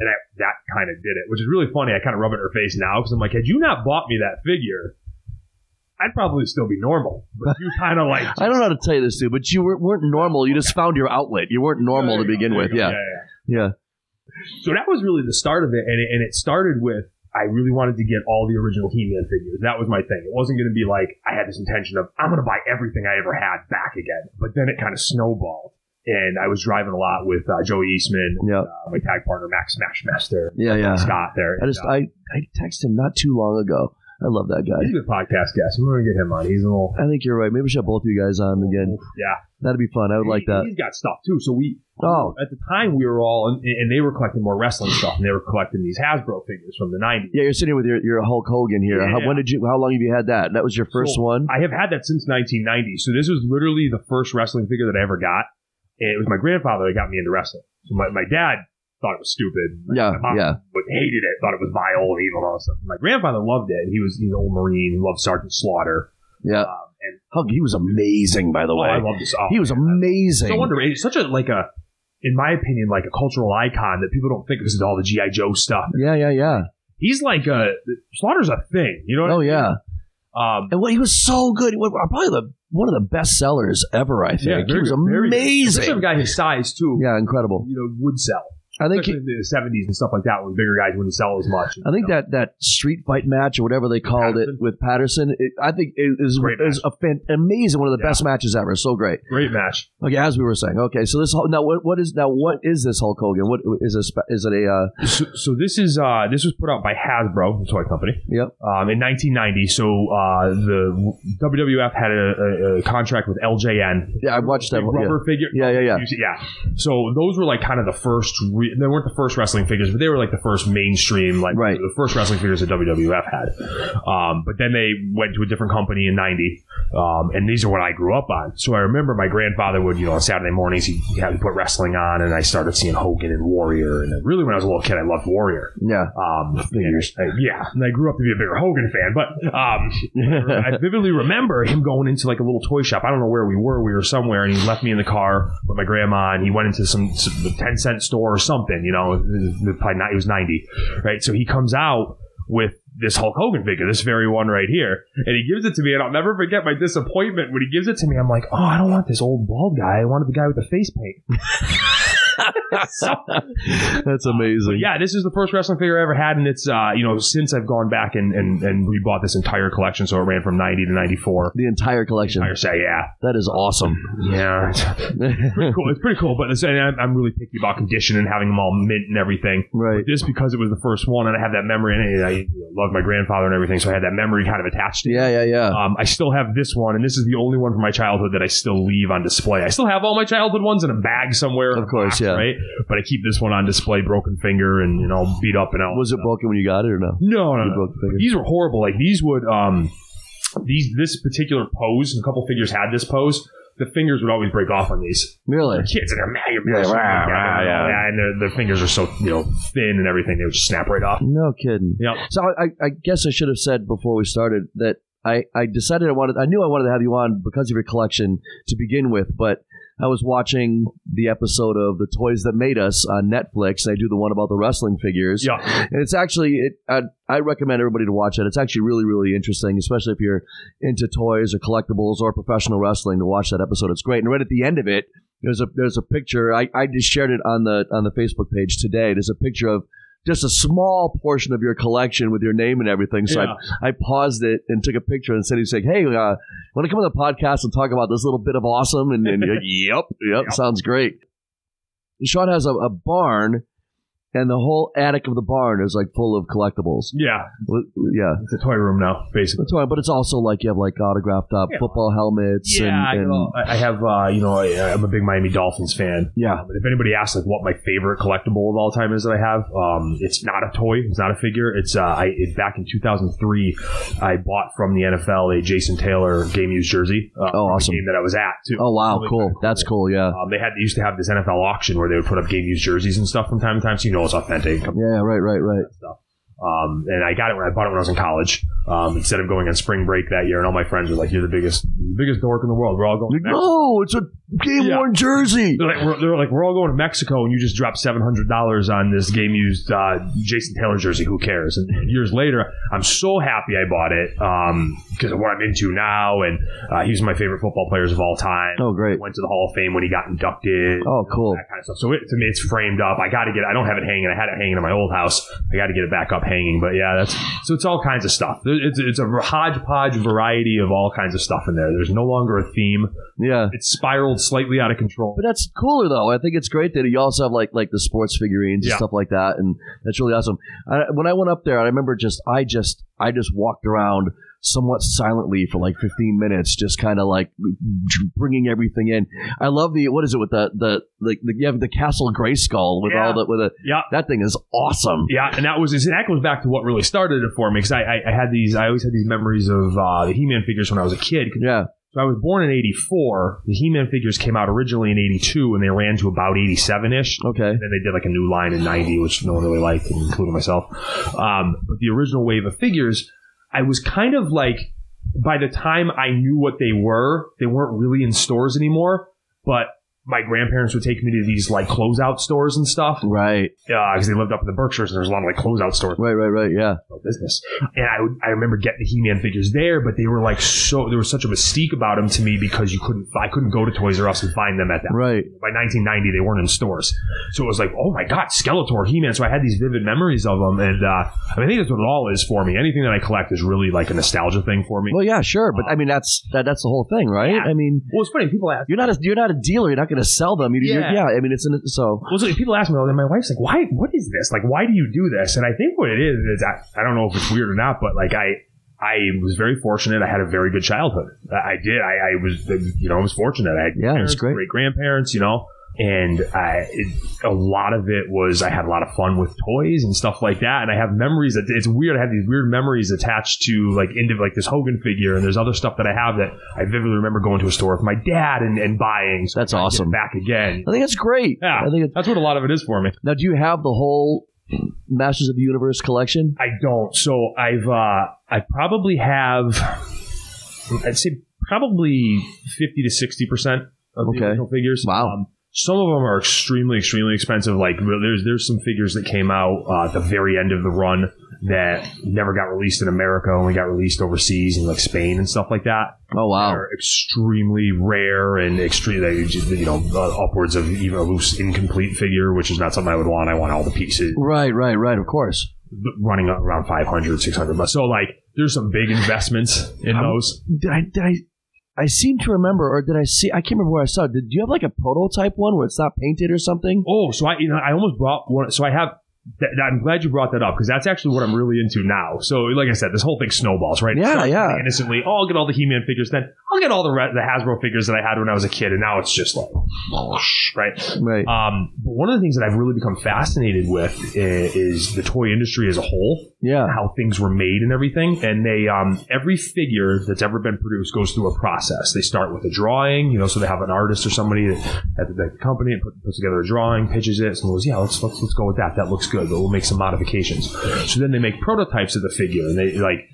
[SPEAKER 2] And I, that kind of did it, which is really funny. I kind of rub it in her face now because I'm like, had you not bought me that figure, I'd probably still be normal. But you kind of like
[SPEAKER 1] I don't know how to tell you this, dude, but you were, weren't normal. You just found your outlet. You weren't normal
[SPEAKER 2] There
[SPEAKER 1] to
[SPEAKER 2] you go,
[SPEAKER 1] begin
[SPEAKER 2] there
[SPEAKER 1] with.
[SPEAKER 2] you go.
[SPEAKER 1] Yeah. Yeah.
[SPEAKER 2] So that was really the start of it, and it, and it started with I really wanted to get all the original He-Man figures. That was my thing. It wasn't going to be like I had this intention of I'm going to buy everything I ever had back again. But then it kind of snowballed, and I was driving a lot with uh, Joey Eastman,
[SPEAKER 1] Yeah.
[SPEAKER 2] uh, my tag partner Max Smashmaster,
[SPEAKER 1] Yeah. Yeah.
[SPEAKER 2] Scott. There,
[SPEAKER 1] Uh-huh. I just,
[SPEAKER 2] And, uh,
[SPEAKER 1] I, I texted him not too long ago. I love that guy.
[SPEAKER 2] he's a good podcast guest. I'm going to get him on. He's a little
[SPEAKER 1] I think you're right. Maybe we should have both you guys on again.
[SPEAKER 2] yeah.
[SPEAKER 1] That'd be fun. I would like
[SPEAKER 2] He-
[SPEAKER 1] that.
[SPEAKER 2] He's got stuff too. So we
[SPEAKER 1] Oh.
[SPEAKER 2] at the time we were all and, and they were collecting more wrestling stuff, and they were collecting these Hasbro figures from the 90s.
[SPEAKER 1] Yeah, you're sitting with your, your Hulk Hogan here.
[SPEAKER 2] Yeah.
[SPEAKER 1] How, when did you? How long have you had that? That was your first
[SPEAKER 2] So,
[SPEAKER 1] one.
[SPEAKER 2] I have had that since 1990. So this was literally the first wrestling figure that I ever got. And it was my grandfather that got me into wrestling. So my, my dad thought it was stupid. My-
[SPEAKER 1] Yeah,
[SPEAKER 2] my mom
[SPEAKER 1] yeah.
[SPEAKER 2] would- hated it, thought it was vile and evil and all that stuff. My grandfather loved it. He was he's an old Marine, he loved Sergeant Slaughter.
[SPEAKER 1] Yeah,
[SPEAKER 2] Um, and
[SPEAKER 1] Hulk. He was amazing, by the
[SPEAKER 2] oh,
[SPEAKER 1] way.
[SPEAKER 2] I love this. Oh,
[SPEAKER 1] he was
[SPEAKER 2] so
[SPEAKER 1] amazing.
[SPEAKER 2] underrated. Such a like a, in my opinion, like a cultural icon that people don't think because of all the GI Joe stuff.
[SPEAKER 1] Yeah, yeah, yeah.
[SPEAKER 2] He's like a Slaughter's a thing. You know? What
[SPEAKER 1] Oh
[SPEAKER 2] I mean?
[SPEAKER 1] yeah.
[SPEAKER 2] Um,
[SPEAKER 1] And what he was so good. He was Probably the one of the best sellers ever. I think he
[SPEAKER 2] very
[SPEAKER 1] was
[SPEAKER 2] good, very good. especially a
[SPEAKER 1] amazing.
[SPEAKER 2] guy his size too.
[SPEAKER 1] Yeah, incredible.
[SPEAKER 2] you know, would sell.
[SPEAKER 1] I think he,
[SPEAKER 2] Especially in the seventies and stuff like that, when bigger guys wouldn't sell as much.
[SPEAKER 1] I think that that street fight match or whatever they called
[SPEAKER 2] Patterson.
[SPEAKER 1] it with Patterson. It, I think it is
[SPEAKER 2] Great match.
[SPEAKER 1] is a fan, amazing. One of the
[SPEAKER 2] Yeah.
[SPEAKER 1] best matches ever. So great.
[SPEAKER 2] great match.
[SPEAKER 1] Okay, as we were saying. Okay, so this Hulk- now what, what is now what is this Hulk Hogan? What is this? Is it a? Uh,
[SPEAKER 2] So, so this is uh, this was put out by Hasbro, the toy company,
[SPEAKER 1] yep.
[SPEAKER 2] um, in 1990. So uh, the WWF had a, a, a contract with LJN.
[SPEAKER 1] Yeah, I watched that
[SPEAKER 2] Big
[SPEAKER 1] one. yeah.
[SPEAKER 2] rubber figure.
[SPEAKER 1] Yeah, yeah, yeah.
[SPEAKER 2] yeah. So those were like kind of the first. Re- they weren't the first wrestling figures, but they were like the first mainstream, like
[SPEAKER 1] Right.
[SPEAKER 2] the first wrestling figures that WWF had. Um, but then they went to a different company in '90, um, and these are what I grew up on. So I remember my grandfather would, you know, on Saturday mornings he had to put wrestling on, and I started seeing Hogan and Warrior. And then really, when I was a little kid, I loved Warrior.
[SPEAKER 1] Yeah.
[SPEAKER 2] Um, and I- yeah, and I grew up to be a bigger Hogan fan, but um, I vividly remember him going into like a little toy shop. I don't know where we were. We were somewhere, and he left me in the car with my grandma, and he went into some, some ten cent store or something. You know, probably not. He was ninety, right? So he comes out with this Hulk Hogan figure, this very one right here, and he gives it to me, and I'll never forget my disappointment when he gives it to me. I'm like, oh, I don't want this old bald guy. I wanted the guy with the face paint.
[SPEAKER 1] That's amazing.
[SPEAKER 2] yeah, this is the first wrestling figure I ever had, and it's uh, you know since I've gone back and and and rebought this entire collection, so it ran from ninety to ninety four.
[SPEAKER 1] The entire collection.
[SPEAKER 2] I say, yeah,
[SPEAKER 1] That is awesome.
[SPEAKER 2] yeah, it's pretty cool. It's pretty cool, but it's, and I'm, I'm really picky about condition and having them all mint and everything.
[SPEAKER 1] right.
[SPEAKER 2] This because it was the first one, and I have that memory, and I love my grandfather and everything, so I had that memory kind of attached to it.
[SPEAKER 1] Yeah, yeah, yeah.
[SPEAKER 2] Um, I still have this one, and this is the only one from my childhood that I still leave on display. I still have all my childhood ones in a bag somewhere,
[SPEAKER 1] Of course, yeah.
[SPEAKER 2] right. But I keep this one on display, broken finger, and you know, beat up and all.
[SPEAKER 1] Was it broken when you got it or no?
[SPEAKER 2] No, no,
[SPEAKER 1] You
[SPEAKER 2] no.
[SPEAKER 1] broke the
[SPEAKER 2] But
[SPEAKER 1] finger.
[SPEAKER 2] These were horrible. Like these would um these this particular pose, and a couple figures had this pose. The fingers would always break off on these
[SPEAKER 1] Really?
[SPEAKER 2] They're kids, and they're mad. You're mad
[SPEAKER 1] Yeah,
[SPEAKER 2] shit,
[SPEAKER 1] rah,
[SPEAKER 2] yeah,
[SPEAKER 1] rah,
[SPEAKER 2] yeah,
[SPEAKER 1] yeah.
[SPEAKER 2] yeah, and their, their fingers are so you know thin and everything, they would just snap right off.
[SPEAKER 1] No kidding.
[SPEAKER 2] Yep.
[SPEAKER 1] So I, I- I guess I should have said before we started that I, I decided I wanted I knew I wanted to have you on because of your collection to begin with, but I was watching the episode of The Toys That Made Us on Netflix. and I do the one about the wrestling figures.
[SPEAKER 2] Yeah.
[SPEAKER 1] And it's actually, it, I, I recommend everybody to watch it. It's actually really, really interesting, especially if you're into toys or collectibles or professional wrestling. To watch that episode, it's great. And right at the end of it, there's a there's a picture. I, I just shared it on the on the Facebook page today. There's a picture of just a small portion of your collection with your name and everything. So
[SPEAKER 2] Yeah.
[SPEAKER 1] I, I paused it and took a picture and said, "He's like, hey, uh, want to come on the podcast and talk about this little bit of awesome?" And, and you're like, yep, yep,
[SPEAKER 2] Yep.
[SPEAKER 1] sounds great. Sean has a, a barn, and the whole attic of the barn is like full of collectibles.
[SPEAKER 2] Yeah.
[SPEAKER 1] Well, Yeah,
[SPEAKER 2] It's a toy room now, basically.
[SPEAKER 1] that's why. But it's also like you have like autographed up
[SPEAKER 2] Yeah.
[SPEAKER 1] football helmets.
[SPEAKER 2] Yeah, I,
[SPEAKER 1] and,
[SPEAKER 2] get
[SPEAKER 1] and
[SPEAKER 2] all- I I have. Uh, you know, I, I'm a big Miami Dolphins fan.
[SPEAKER 1] yeah,
[SPEAKER 2] Um, and if anybody asks like what my favorite collectible of all time is that I have, um, it's not a toy, it's not a figure. It's uh, I it, back in 2003, I bought from the NFL a Jason Taylor game used jersey. Uh, from a
[SPEAKER 1] Oh, awesome.
[SPEAKER 2] Game that I was at too.
[SPEAKER 1] Oh wow,
[SPEAKER 2] Really
[SPEAKER 1] cool.
[SPEAKER 2] kinda
[SPEAKER 1] That's cool. Yeah,
[SPEAKER 2] Um, they had they used to have this NFL auction where they would put up game used jerseys and stuff from time to time, so you know it's authentic.
[SPEAKER 1] yeah. Right, right, right.
[SPEAKER 2] Um, and I got it when I bought it when I was in college. Um, instead of going on spring break that year, and all my friends were like, "You're the biggest, biggest dork in the world." We're all going. to Mexico."
[SPEAKER 1] No, it's a game worn jersey.
[SPEAKER 2] They're like, we're, they're like, we're all going to Mexico, and you just dropped seven hundred dollars on this game used uh, Jason Taylor jersey. Who cares? And years later, I'm so happy I bought it because of what I'm into now, and uh, he's one of my favorite football players of all time.
[SPEAKER 1] Oh great.
[SPEAKER 2] Went to the Hall of Fame when he got inducted.
[SPEAKER 1] Oh cool.
[SPEAKER 2] That kind of stuff. So it, to me, it's framed up. I got to get. I don't have it hanging. I had it hanging in my old house. I got to get it back up hanging. But yeah, that's so. It's all kinds of stuff. There- It's it's a hodgepodge variety of all kinds of stuff in there. There's no longer a theme.
[SPEAKER 1] Yeah.
[SPEAKER 2] It's spiraled slightly out of control.
[SPEAKER 1] But that's cooler though. I think it's great that you also have like like the sports figurines
[SPEAKER 2] Yeah.
[SPEAKER 1] and stuff like that, and that's really awesome. I, when I went up there, I remember just I just I just walked around somewhat silently for like 15 minutes, just kind of like bringing everything in. I love the what is it with the the like the, you have the Castle Gray Skull with
[SPEAKER 2] Yeah.
[SPEAKER 1] all the with a
[SPEAKER 2] Yeah.
[SPEAKER 1] that thing is awesome.
[SPEAKER 2] Yeah, and that was and that goes back to what really started it for me because I, I, I had these I always had these memories of uh, the He-Man figures when I was a kid.
[SPEAKER 1] Yeah,
[SPEAKER 2] So I was born in '84. The He-Man figures came out originally in '82, and they ran to about '87 ish.
[SPEAKER 1] okay,
[SPEAKER 2] And then they did like a new line in 90, which no one really liked, including myself. Um, but the original wave of figures, I was kind of like, by the time I knew what they were, they weren't really in stores anymore. But my grandparents would take me to these like closeout stores and stuff
[SPEAKER 1] right,
[SPEAKER 2] because Uh, they lived up in the Berkshires and there's a lot of like closeout stores
[SPEAKER 1] right, right, right. Yeah,
[SPEAKER 2] no business. And I, would- I remember getting the He-Man figures there, but they were like so there was such a mystique about them to me because you couldn't I couldn't go to Toys R Us and find them at that.
[SPEAKER 1] right.
[SPEAKER 2] By 1990, they weren't in stores, so it was like, oh my god, Skeletor, He-Man. So I had these vivid memories of them, and uh, I, mean, I think that's what it all is for me. Anything that I collect is really like a nostalgia thing for me.
[SPEAKER 1] Well, yeah, sure, but I mean that's that, that's the whole thing, right?
[SPEAKER 2] Yeah.
[SPEAKER 1] I mean.
[SPEAKER 2] Well, it's funny people ask.
[SPEAKER 1] You're not a you're not a dealer. You're not going to sell them. You, yeah.
[SPEAKER 2] Yeah.
[SPEAKER 1] yeah, I mean it's an, so
[SPEAKER 2] Well, so people ask me all the time, my wife's like, why, what is this? Like, why do you do this? And I think what it is, is I, I don't know if it's weird or not, but like, I, I was very fortunate. I had a very good childhood. I I did. I, I was, you know, I was fortunate. I had
[SPEAKER 1] Yeah,
[SPEAKER 2] parents,
[SPEAKER 1] it's great.
[SPEAKER 2] great grandparents, you know, and I, it, a lot of it was I had a lot of fun with toys and stuff like that. And I have memories that it's weird. I have these weird memories attached to like into like this Hogan figure, and there's other stuff that I have that I vividly remember going to a store with my dad and, and buying. So
[SPEAKER 1] That's
[SPEAKER 2] I get it
[SPEAKER 1] awesome.
[SPEAKER 2] Back again.
[SPEAKER 1] I think it's great.
[SPEAKER 2] Yeah.
[SPEAKER 1] I think it's,
[SPEAKER 2] That's what a lot of it is for me.
[SPEAKER 1] now, do you have the whole Masters of the Universe collection?
[SPEAKER 2] I don't. So I've uh, I probably have I'd say probably fifty to sixty percent of the
[SPEAKER 1] Okay.
[SPEAKER 2] original figures.
[SPEAKER 1] Wow.
[SPEAKER 2] Um, some of them are extremely, extremely expensive. Like there's there's some figures that came out uh, at the very end of the run that never got released in America, only got released overseas in like Spain and stuff like that.
[SPEAKER 1] Oh wow.
[SPEAKER 2] They're extremely rare and extremely, you know, uh, upwards of even a loose incomplete figure, which is not something I would want. I want all the pieces
[SPEAKER 1] Right, right, right. Of course.
[SPEAKER 2] running up around 500, 600 bucks. So like, there's some big investments in
[SPEAKER 1] I'm-
[SPEAKER 2] those.
[SPEAKER 1] Did I? Did I? I seem to remember, or did I see? I can't remember where I saw. it. Did you have like a prototype one where it's not painted or something?
[SPEAKER 2] Oh, so I, you know, I almost brought one. So I have. That, that- I'm glad you brought that up because that's actually what I'm really into now. So, like I said, this whole thing snowballs, right? It
[SPEAKER 1] Yeah,
[SPEAKER 2] starts
[SPEAKER 1] yeah.
[SPEAKER 2] kinda Innocently, oh, I'll get all the He-Man figures. Then I'll get all the re- the Hasbro figures that I had when I was a kid, and now it's just like, right?
[SPEAKER 1] Right.
[SPEAKER 2] Um, but one of the things that I've really become fascinated with i- is the toy industry as a whole,
[SPEAKER 1] yeah.
[SPEAKER 2] how things were made and everything. And they, um, every figure that's ever been produced goes through a process. They start with a drawing, you know, so they have an artist or somebody that, at the, the company that put, puts together a drawing, pitches it, and goes, yeah, let's, let's let's go with that. That looks good, but we'll make some modifications. So then they make prototypes of the figure, and they like,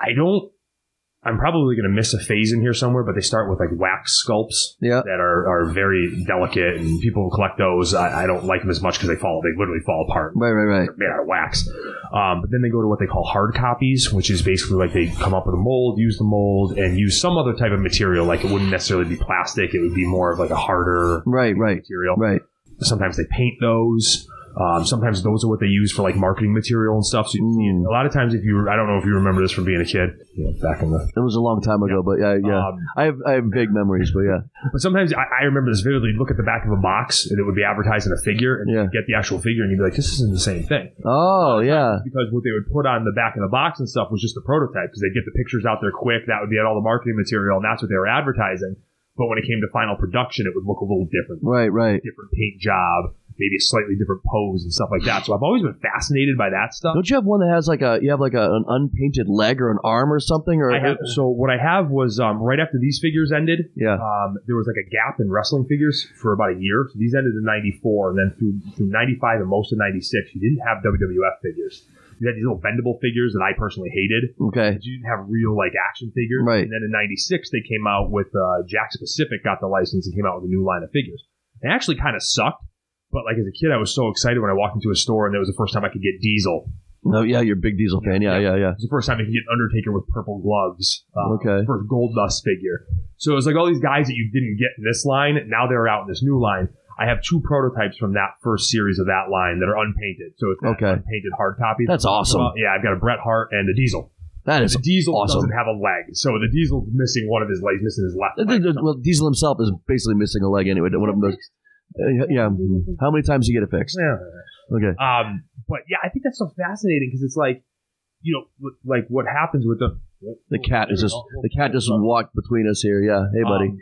[SPEAKER 2] I don't. I'm probably going to miss a phase in here somewhere, but they start with like wax sculpts
[SPEAKER 1] Yeah.
[SPEAKER 2] that are, are very delicate and people who collect those I, I don't like them as much because they fall they literally fall apart
[SPEAKER 1] Right, right, right.
[SPEAKER 2] They're made out of wax um, but then they go to what they call hard copies which is basically like they come up with a mold use the mold and use some other type of material like it wouldn't necessarily be plastic it would be more of like a harder
[SPEAKER 1] Right, right,
[SPEAKER 2] material
[SPEAKER 1] right.
[SPEAKER 2] sometimes they paint those um, sometimes those are what they use for like marketing material and stuff so you see it. a lot of times if you i don't know if you remember this from being a kid you know, Hmm. back in the
[SPEAKER 1] It was a long time ago, but yeah, yeah.
[SPEAKER 2] um,
[SPEAKER 1] I have I have vague memories, but yeah.
[SPEAKER 2] But sometimes I, I remember this vividly. You'd Look at the back of a box, and it would be advertising a figure, and
[SPEAKER 1] Yeah.
[SPEAKER 2] you'd get the actual figure, and you'd be like, "This isn't the same thing."
[SPEAKER 1] Oh yeah.
[SPEAKER 2] Because what they would put on the back of the box and stuff was just the prototype, because they'd get the pictures out there quick. That would be all the marketing material, and that's what they were advertising. But when it came to final production, it would look a little different,
[SPEAKER 1] Right, right.
[SPEAKER 2] different paint job, maybe a slightly different pose and stuff like that. So I've always been fascinated by that stuff.
[SPEAKER 1] Don't you have one that has like a you have like a, an unpainted leg or an arm or something or
[SPEAKER 2] I have, so what I have was um, right after these figures ended,
[SPEAKER 1] yeah.
[SPEAKER 2] um, there was like a gap in wrestling figures for about a year. So these ended in '94, and then through through '95 and most of '96, you didn't have WWF figures. You had these little bendable figures that I personally hated.
[SPEAKER 1] Okay.
[SPEAKER 2] But you didn't have real like action figures.
[SPEAKER 1] Right.
[SPEAKER 2] And then in '96, they came out with uh, Jack Specific got the license and came out with a new line of figures. It actually kind of sucked. But like as a kid, I was so excited when I walked into a store and it was the first time I could get Diesel.
[SPEAKER 1] No, yeah, you're a big Diesel fan. Yeah, yeah, yeah.
[SPEAKER 2] It was the first time I could get Undertaker with purple gloves. uh,
[SPEAKER 1] Okay.
[SPEAKER 2] First Gold Dust figure. So it was like all these guys that you didn't get in this line, now they're out in this new line. I have two prototypes from that first series of that line that are unpainted. So it's that
[SPEAKER 1] Okay.
[SPEAKER 2] unpainted hard copy.
[SPEAKER 1] That's awesome.
[SPEAKER 2] yeah, I've got a Bret Hart and a Diesel.
[SPEAKER 1] That is
[SPEAKER 2] The Diesel
[SPEAKER 1] awesome.
[SPEAKER 2] doesn't have a leg, so the Diesel's missing one of his legs, missing his left.
[SPEAKER 1] I
[SPEAKER 2] leg.
[SPEAKER 1] think that- well, Diesel himself is basically missing a leg anyway. One of them does. Uh, yeah. How many times do you get it fixed?
[SPEAKER 2] Yeah.
[SPEAKER 1] Okay.
[SPEAKER 2] Um, but yeah, I think that's so fascinating because it's like, you know, like what happens with the
[SPEAKER 1] The cat is just the cat just walked between us here. Yeah. Hey, buddy.
[SPEAKER 2] Um,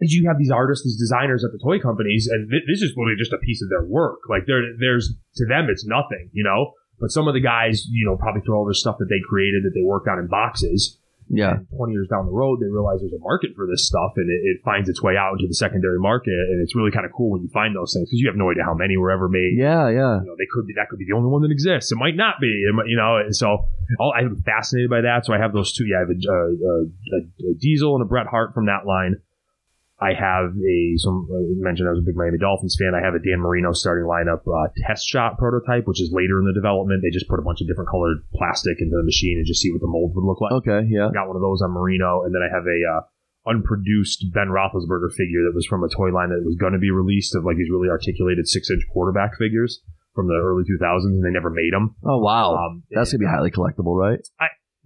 [SPEAKER 2] is you have these artists, these designers at the toy companies, and thi- this is literally just a piece of their work. Like there, there's to them, it's nothing, you know. But some of the guys, you know, probably throw all their stuff that they created that they worked on in boxes.
[SPEAKER 1] yeah.
[SPEAKER 2] And Twenty years down the road, they realize there's a market for this stuff, and it, it finds its way out into the secondary market. And it's really kind of cool when you find those things because you have no idea how many were ever made.
[SPEAKER 1] Yeah. Yeah.
[SPEAKER 2] You know, they could be that could be the only one that exists. It might not be. It might, you know, and so all, I'm fascinated by that. So I have those two. Yeah, I have a, a, a, a Diesel and a Bret Hart from that line. I have a some I mentioned I was a big Miami Dolphins fan. I have a Dan Marino starting lineup uh, test shot prototype, which is later in the development. They just put a bunch of different colored plastic into the machine and just see what the mold would look like.
[SPEAKER 1] Okay. Yeah.
[SPEAKER 2] I got one of those on Merino, and then I have a uh, unproduced Ben Roethlisberger figure that was from a toy line that was going to be released of like these really articulated six inch quarterback figures from the early 2000s, and they never made them.
[SPEAKER 1] Oh wow.
[SPEAKER 2] Um,
[SPEAKER 1] That's gonna be highly collectible, right?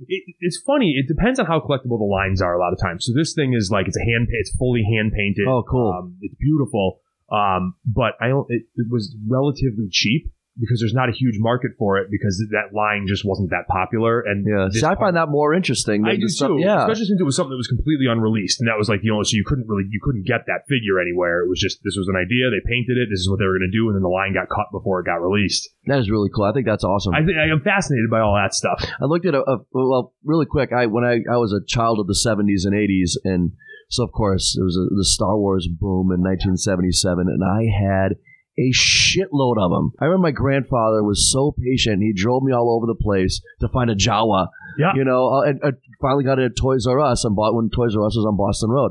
[SPEAKER 2] it, it's funny. It depends on how collectible the lines are a lot of times. So this thing is like it's a hand, it's fully hand painted.
[SPEAKER 1] Oh, cool.
[SPEAKER 2] Um, it's beautiful. Um, but I don't. It, it was relatively cheap because there's not a huge market for it because that line just wasn't that popular. And
[SPEAKER 1] Yeah.
[SPEAKER 2] this
[SPEAKER 1] See, I
[SPEAKER 2] part-
[SPEAKER 1] find that more interesting. Than
[SPEAKER 2] I
[SPEAKER 1] the
[SPEAKER 2] do
[SPEAKER 1] stuff-
[SPEAKER 2] too.
[SPEAKER 1] Yeah.
[SPEAKER 2] Especially since it was something that was completely unreleased, and that was like the only so you couldn't really you couldn't get that figure anywhere. It was just this was an idea. They painted it. This is what they were going to do, and then the line got cut before it got released.
[SPEAKER 1] That is really cool. I think that's awesome.
[SPEAKER 2] I think I am fascinated by all that stuff.
[SPEAKER 1] I looked at a, a well, really quick. I when I, I was a child of the '70s and '80s, and so of course there was a, the Star Wars boom in 1977, and I had a shitload of them. I remember my grandfather was so patient; he drove me all over the place to find a Jawa.
[SPEAKER 2] Yeah.
[SPEAKER 1] you know, I, I finally got it at Toys R Us and bought when Toys R Us was on Boston Road.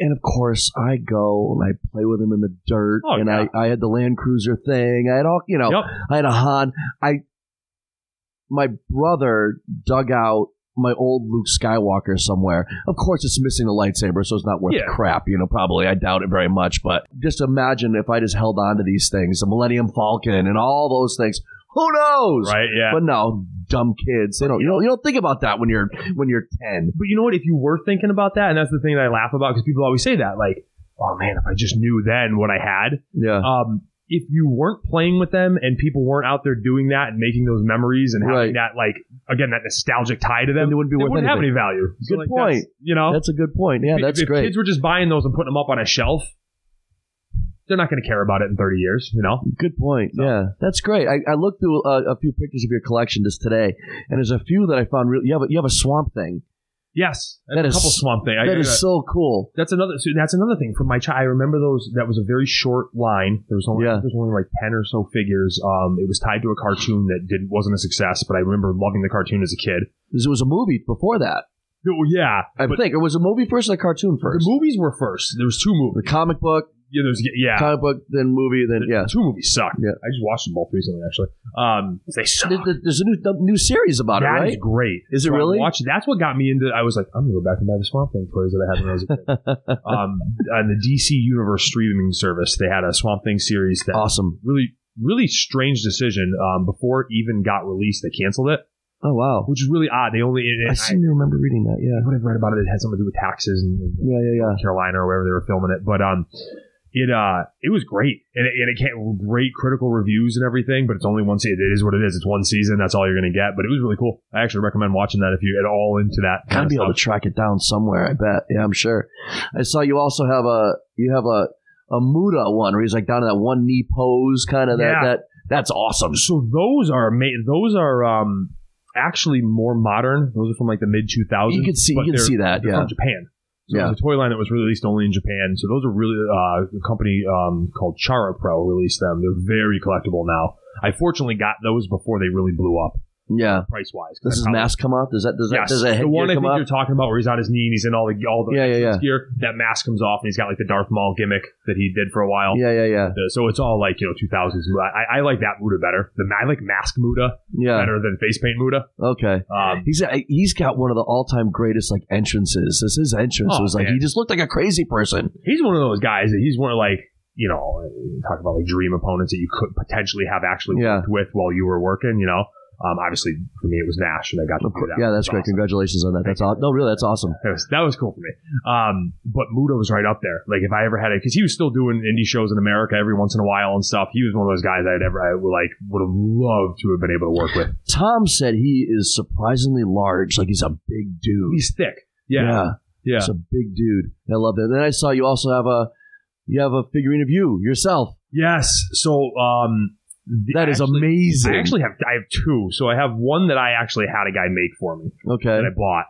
[SPEAKER 1] And of course, I go and I play with him in the dirt,
[SPEAKER 2] Oh,
[SPEAKER 1] and I, I had the Land Cruiser thing. I had all, you know,
[SPEAKER 2] Yep.
[SPEAKER 1] I had a Han. I my brother dug out my old Luke Skywalker somewhere. Of course, it's missing the lightsaber, so it's not worth
[SPEAKER 2] Yeah.
[SPEAKER 1] crap. You know, probably I doubt it very much. But just imagine if I just held on to these things, the Millennium Falcon, and all those things. Who knows?
[SPEAKER 2] right? Yeah.
[SPEAKER 1] But no, dumb kids. They don't. You don't. You don't think about that when you're when you're ten.
[SPEAKER 2] But you know what? If you were thinking about that, and that's the thing that I laugh about because people always say that, like, oh man, if I just knew then what I had.
[SPEAKER 1] Yeah.
[SPEAKER 2] Um, if you weren't playing with them and people weren't out there doing that and making those memories and having
[SPEAKER 1] Right.
[SPEAKER 2] that, like, again, that nostalgic tie to them,
[SPEAKER 1] Then they wouldn't be worth
[SPEAKER 2] wouldn't have any
[SPEAKER 1] anything.
[SPEAKER 2] value. So,
[SPEAKER 1] Good
[SPEAKER 2] like, that's-
[SPEAKER 1] point.
[SPEAKER 2] You know,
[SPEAKER 1] That's a good point. Yeah,
[SPEAKER 2] If-
[SPEAKER 1] that's
[SPEAKER 2] if
[SPEAKER 1] great.
[SPEAKER 2] kids were just buying those and putting them up on a shelf, they're not going to care about it in 30 years, you know?
[SPEAKER 1] Good point.
[SPEAKER 2] So-
[SPEAKER 1] Yeah, that's great. I, I looked through uh, a, a few pictures of your collection just today, and there's a few that I found real. You have a, you have a swamp thing
[SPEAKER 2] Yes.
[SPEAKER 1] That
[SPEAKER 2] a
[SPEAKER 1] is-
[SPEAKER 2] couple swamp thing. I-
[SPEAKER 1] that
[SPEAKER 2] I-
[SPEAKER 1] is so cool.
[SPEAKER 2] that's another so that's another thing from my child. I remember those that was a very short line. There was only
[SPEAKER 1] Yeah.
[SPEAKER 2] there was only like ten or so figures. Um, it was tied to a cartoon that didn't wasn't a success, but I remember loving the cartoon as a kid.
[SPEAKER 1] 'Cause It was a movie before that,
[SPEAKER 2] Oh yeah,
[SPEAKER 1] I
[SPEAKER 2] but
[SPEAKER 1] think. It was a movie first or a cartoon
[SPEAKER 2] the
[SPEAKER 1] first.
[SPEAKER 2] movies were first. There was two
[SPEAKER 1] The
[SPEAKER 2] movies.
[SPEAKER 1] comic book,
[SPEAKER 2] Yeah, there was yeah.
[SPEAKER 1] comic book, then movie, then yeah.
[SPEAKER 2] Two movies suck.
[SPEAKER 1] Yeah.
[SPEAKER 2] I just watched them both recently, actually. Um, they suck.
[SPEAKER 1] There- there- There's a new new series about
[SPEAKER 2] That
[SPEAKER 1] it,
[SPEAKER 2] is
[SPEAKER 1] right?
[SPEAKER 2] great.
[SPEAKER 1] Is it
[SPEAKER 2] So I
[SPEAKER 1] really?
[SPEAKER 2] watched- that's what got me into. I was like, I'm gonna go back and buy the Swamp Thing toys that I had when I was a kid. um, on the DC Universe streaming service, they had a Swamp Thing series that
[SPEAKER 1] Awesome.
[SPEAKER 2] really really strange decision um, before it even got released they canceled it
[SPEAKER 1] Oh wow.
[SPEAKER 2] which is really odd they only it,
[SPEAKER 1] I
[SPEAKER 2] it, I,
[SPEAKER 1] seem to remember reading that. Yeah.
[SPEAKER 2] would have read about it it had something to do with taxes and, and
[SPEAKER 1] Yeah, yeah, yeah.
[SPEAKER 2] carolina or wherever they were filming it but um it uh it was great and it, and it came great critical reviews and everything but it's only one season it is what it is it's one season that's all you're gonna get but it was really cool i actually recommend watching that if you're at all into that
[SPEAKER 1] Gotta
[SPEAKER 2] kind of
[SPEAKER 1] be able to
[SPEAKER 2] stuff.
[SPEAKER 1] track it down somewhere. I bet. Yeah, I'm sure. I saw you also have a you have a a Muda one where he's like down in that one knee pose kind of that
[SPEAKER 2] Yeah.
[SPEAKER 1] that that's awesome.
[SPEAKER 2] so those are ama- those are um actually more modern those are from like the mid 2000s
[SPEAKER 1] You can see
[SPEAKER 2] but
[SPEAKER 1] you can
[SPEAKER 2] they're-
[SPEAKER 1] see that.
[SPEAKER 2] They're
[SPEAKER 1] Yeah,
[SPEAKER 2] from Japan. So
[SPEAKER 1] Yeah.
[SPEAKER 2] it was a toy line that was released only in Japan. So those are really uh, a company um, called Chara Pro released them. They're very collectible now. I fortunately got those before they really blew up
[SPEAKER 1] yeah.
[SPEAKER 2] price wise.
[SPEAKER 1] Does his mask come off? Does that does that
[SPEAKER 2] Yes,
[SPEAKER 1] does that headgear
[SPEAKER 2] the one I
[SPEAKER 1] come
[SPEAKER 2] think
[SPEAKER 1] off?
[SPEAKER 2] you're talking about, where he's on his knee and he's in all the all the
[SPEAKER 1] Yeah, yeah, yeah,
[SPEAKER 2] gear. That mask comes off, and he's got like the Darth Maul gimmick that he did for a while.
[SPEAKER 1] yeah, yeah, yeah,
[SPEAKER 2] Uh, So it's all like you know 2000s. Muda. I, I like that Muda better. The I like mask Muda
[SPEAKER 1] yeah.
[SPEAKER 2] better than face paint Muda.
[SPEAKER 1] Okay,
[SPEAKER 2] Um,
[SPEAKER 1] he's I- he's got one of the all time greatest like entrances. This his entrance
[SPEAKER 2] Oh,
[SPEAKER 1] was like
[SPEAKER 2] man.
[SPEAKER 1] he just looked like a crazy person.
[SPEAKER 2] he's one of those guys that he's one of like you know talk about like dream opponents that you could potentially have actually
[SPEAKER 1] Yeah.
[SPEAKER 2] worked with while you were working you know um, obviously for me it was Nash and I got to
[SPEAKER 1] Of
[SPEAKER 2] do
[SPEAKER 1] course,
[SPEAKER 2] that
[SPEAKER 1] yeah,
[SPEAKER 2] It
[SPEAKER 1] that's
[SPEAKER 2] was
[SPEAKER 1] great.
[SPEAKER 2] awesome.
[SPEAKER 1] Congratulations on that.
[SPEAKER 2] Thank
[SPEAKER 1] That's aw-
[SPEAKER 2] you.
[SPEAKER 1] no, really, that's awesome.
[SPEAKER 2] That was, that was cool for me um, but Muda was right up there like if I ever had it because he was still doing indie shows in America every once in a while and stuff he was one of those guys I'd ever I would like would have loved to have been able to work with
[SPEAKER 1] Tom said he is surprisingly large. Like he's a big dude.
[SPEAKER 2] he's thick yeah yeah,
[SPEAKER 1] He's a big dude. I love that. Then I saw you also have a you have a figurine of you yourself.
[SPEAKER 2] yes so um, the-
[SPEAKER 1] That is
[SPEAKER 2] actually-
[SPEAKER 1] amazing.
[SPEAKER 2] I actually have I have two so I have one that I actually had a guy make for me
[SPEAKER 1] okay.
[SPEAKER 2] that I bought.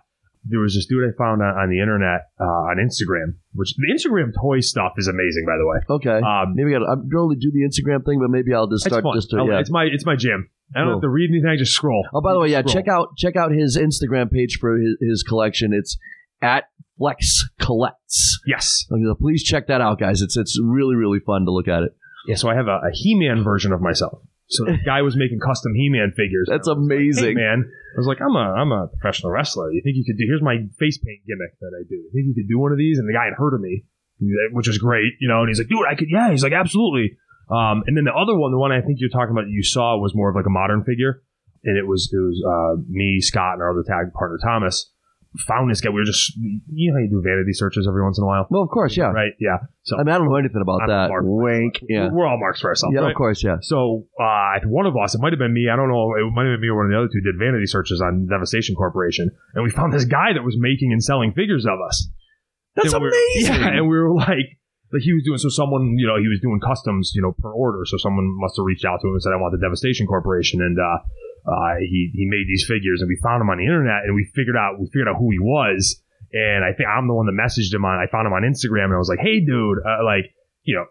[SPEAKER 2] There was this dude I found on, on the internet uh, on Instagram, which the Instagram toy stuff is amazing, by the way.
[SPEAKER 1] Okay.
[SPEAKER 2] Um,
[SPEAKER 1] maybe I'll, I'm going to do the Instagram thing, but maybe I'll just
[SPEAKER 2] it's
[SPEAKER 1] start
[SPEAKER 2] fun.
[SPEAKER 1] just to
[SPEAKER 2] I-
[SPEAKER 1] yeah.
[SPEAKER 2] It's my it's my jam. I don't
[SPEAKER 1] Cool.
[SPEAKER 2] have to read anything. I just scroll.
[SPEAKER 1] Oh, by the way, yeah,
[SPEAKER 2] Scroll.
[SPEAKER 1] check out check out his Instagram page for his, his collection. It's at Flex Collects.
[SPEAKER 2] Yes.
[SPEAKER 1] Okay, so Please check that out, guys. It's it's really really fun to look at it.
[SPEAKER 2] Yeah. So I have a, a He-Man version of myself. So the guy was making custom He-Man figures.
[SPEAKER 1] That's
[SPEAKER 2] And I was like, "Hey,
[SPEAKER 1] amazing.
[SPEAKER 2] man. I was like, I'm a I'm a professional wrestler. You think you could do? Here's my face paint gimmick that I do. You think you could do one of these? And the guy had heard of me, which was great, you know. And he's like, dude, I could. Yeah. He's like, absolutely. Um, and then the other one, the one I think you're talking about, that you saw was more of like a modern figure, and it was it was uh, me, Scott, and our other tag partner Thomas found this guy. We were just you know how you do vanity searches every once in a while,
[SPEAKER 1] Well, of course, yeah.
[SPEAKER 2] right? Yeah. So
[SPEAKER 1] I mean, I don't know anything about
[SPEAKER 2] I'm a
[SPEAKER 1] that.
[SPEAKER 2] mark.
[SPEAKER 1] Wink. Yeah.
[SPEAKER 2] we're all marks for ourselves.
[SPEAKER 1] Yeah,
[SPEAKER 2] right?
[SPEAKER 1] of course, yeah.
[SPEAKER 2] So uh, one of us, it might have been me. I don't know. It might have been me or one of the other two did vanity searches on Devastation Corporation, and we found this guy that was making and selling figures of us.
[SPEAKER 1] That's
[SPEAKER 2] And we were-
[SPEAKER 1] amazing.
[SPEAKER 2] yeah, and we were like, like he was doing. So someone, you know, he was doing customs, you know, per order. So someone must have reached out to him and said, "I want the Devastation Corporation," and uh, uh, he he made these figures, and we found him on the internet, and we figured out we figured out who he was. And I think I'm the one that messaged him on. I found him on Instagram, and I was like, "Hey, dude, uh, like, you know,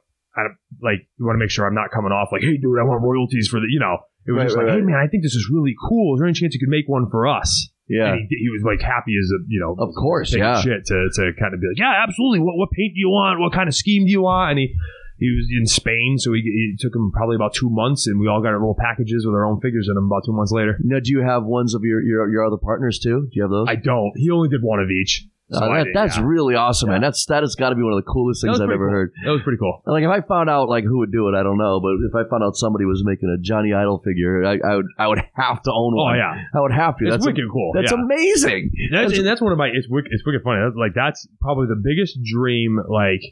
[SPEAKER 2] like you want to make sure I'm not coming off like, hey, dude, I want royalties for the, you know. It was
[SPEAKER 1] Right,
[SPEAKER 2] just
[SPEAKER 1] right,
[SPEAKER 2] like, hey,
[SPEAKER 1] right.
[SPEAKER 2] man, I think this is really cool. Is there any chance you could make one for us?
[SPEAKER 1] Yeah.
[SPEAKER 2] And he, did- he was like happy as a, you know,
[SPEAKER 1] Of course,
[SPEAKER 2] taking
[SPEAKER 1] yeah.
[SPEAKER 2] shit to, to kind of be like, yeah, absolutely. What what paint do you want? What kind of scheme do you want? And he he was in Spain, so he, it took him probably about two months, and we all got our little packages with our own figures in them about two months later.
[SPEAKER 1] Now, do you have ones of your your, your other partners too? Do you have those?
[SPEAKER 2] I don't. He only did one of each. So
[SPEAKER 1] Uh,
[SPEAKER 2] I
[SPEAKER 1] that-
[SPEAKER 2] did,
[SPEAKER 1] that's
[SPEAKER 2] yeah.
[SPEAKER 1] really awesome, man.
[SPEAKER 2] Yeah.
[SPEAKER 1] That's that has got to be one of the coolest
[SPEAKER 2] That
[SPEAKER 1] things
[SPEAKER 2] was
[SPEAKER 1] I've
[SPEAKER 2] pretty
[SPEAKER 1] ever
[SPEAKER 2] cool.
[SPEAKER 1] heard.
[SPEAKER 2] That was pretty cool.
[SPEAKER 1] Like if I found out like who would do it, I don't know, but if I found out somebody was making a Johnny Idol figure, I, I would I would have to own
[SPEAKER 2] Oh
[SPEAKER 1] one.
[SPEAKER 2] yeah,
[SPEAKER 1] I would have to.
[SPEAKER 2] it's
[SPEAKER 1] that's
[SPEAKER 2] wicked cool.
[SPEAKER 1] that's
[SPEAKER 2] yeah.
[SPEAKER 1] amazing.
[SPEAKER 2] That's,
[SPEAKER 1] That's-
[SPEAKER 2] and that's one of my it's wicked, it's wicked funny. That's, like that's probably the biggest dream. Like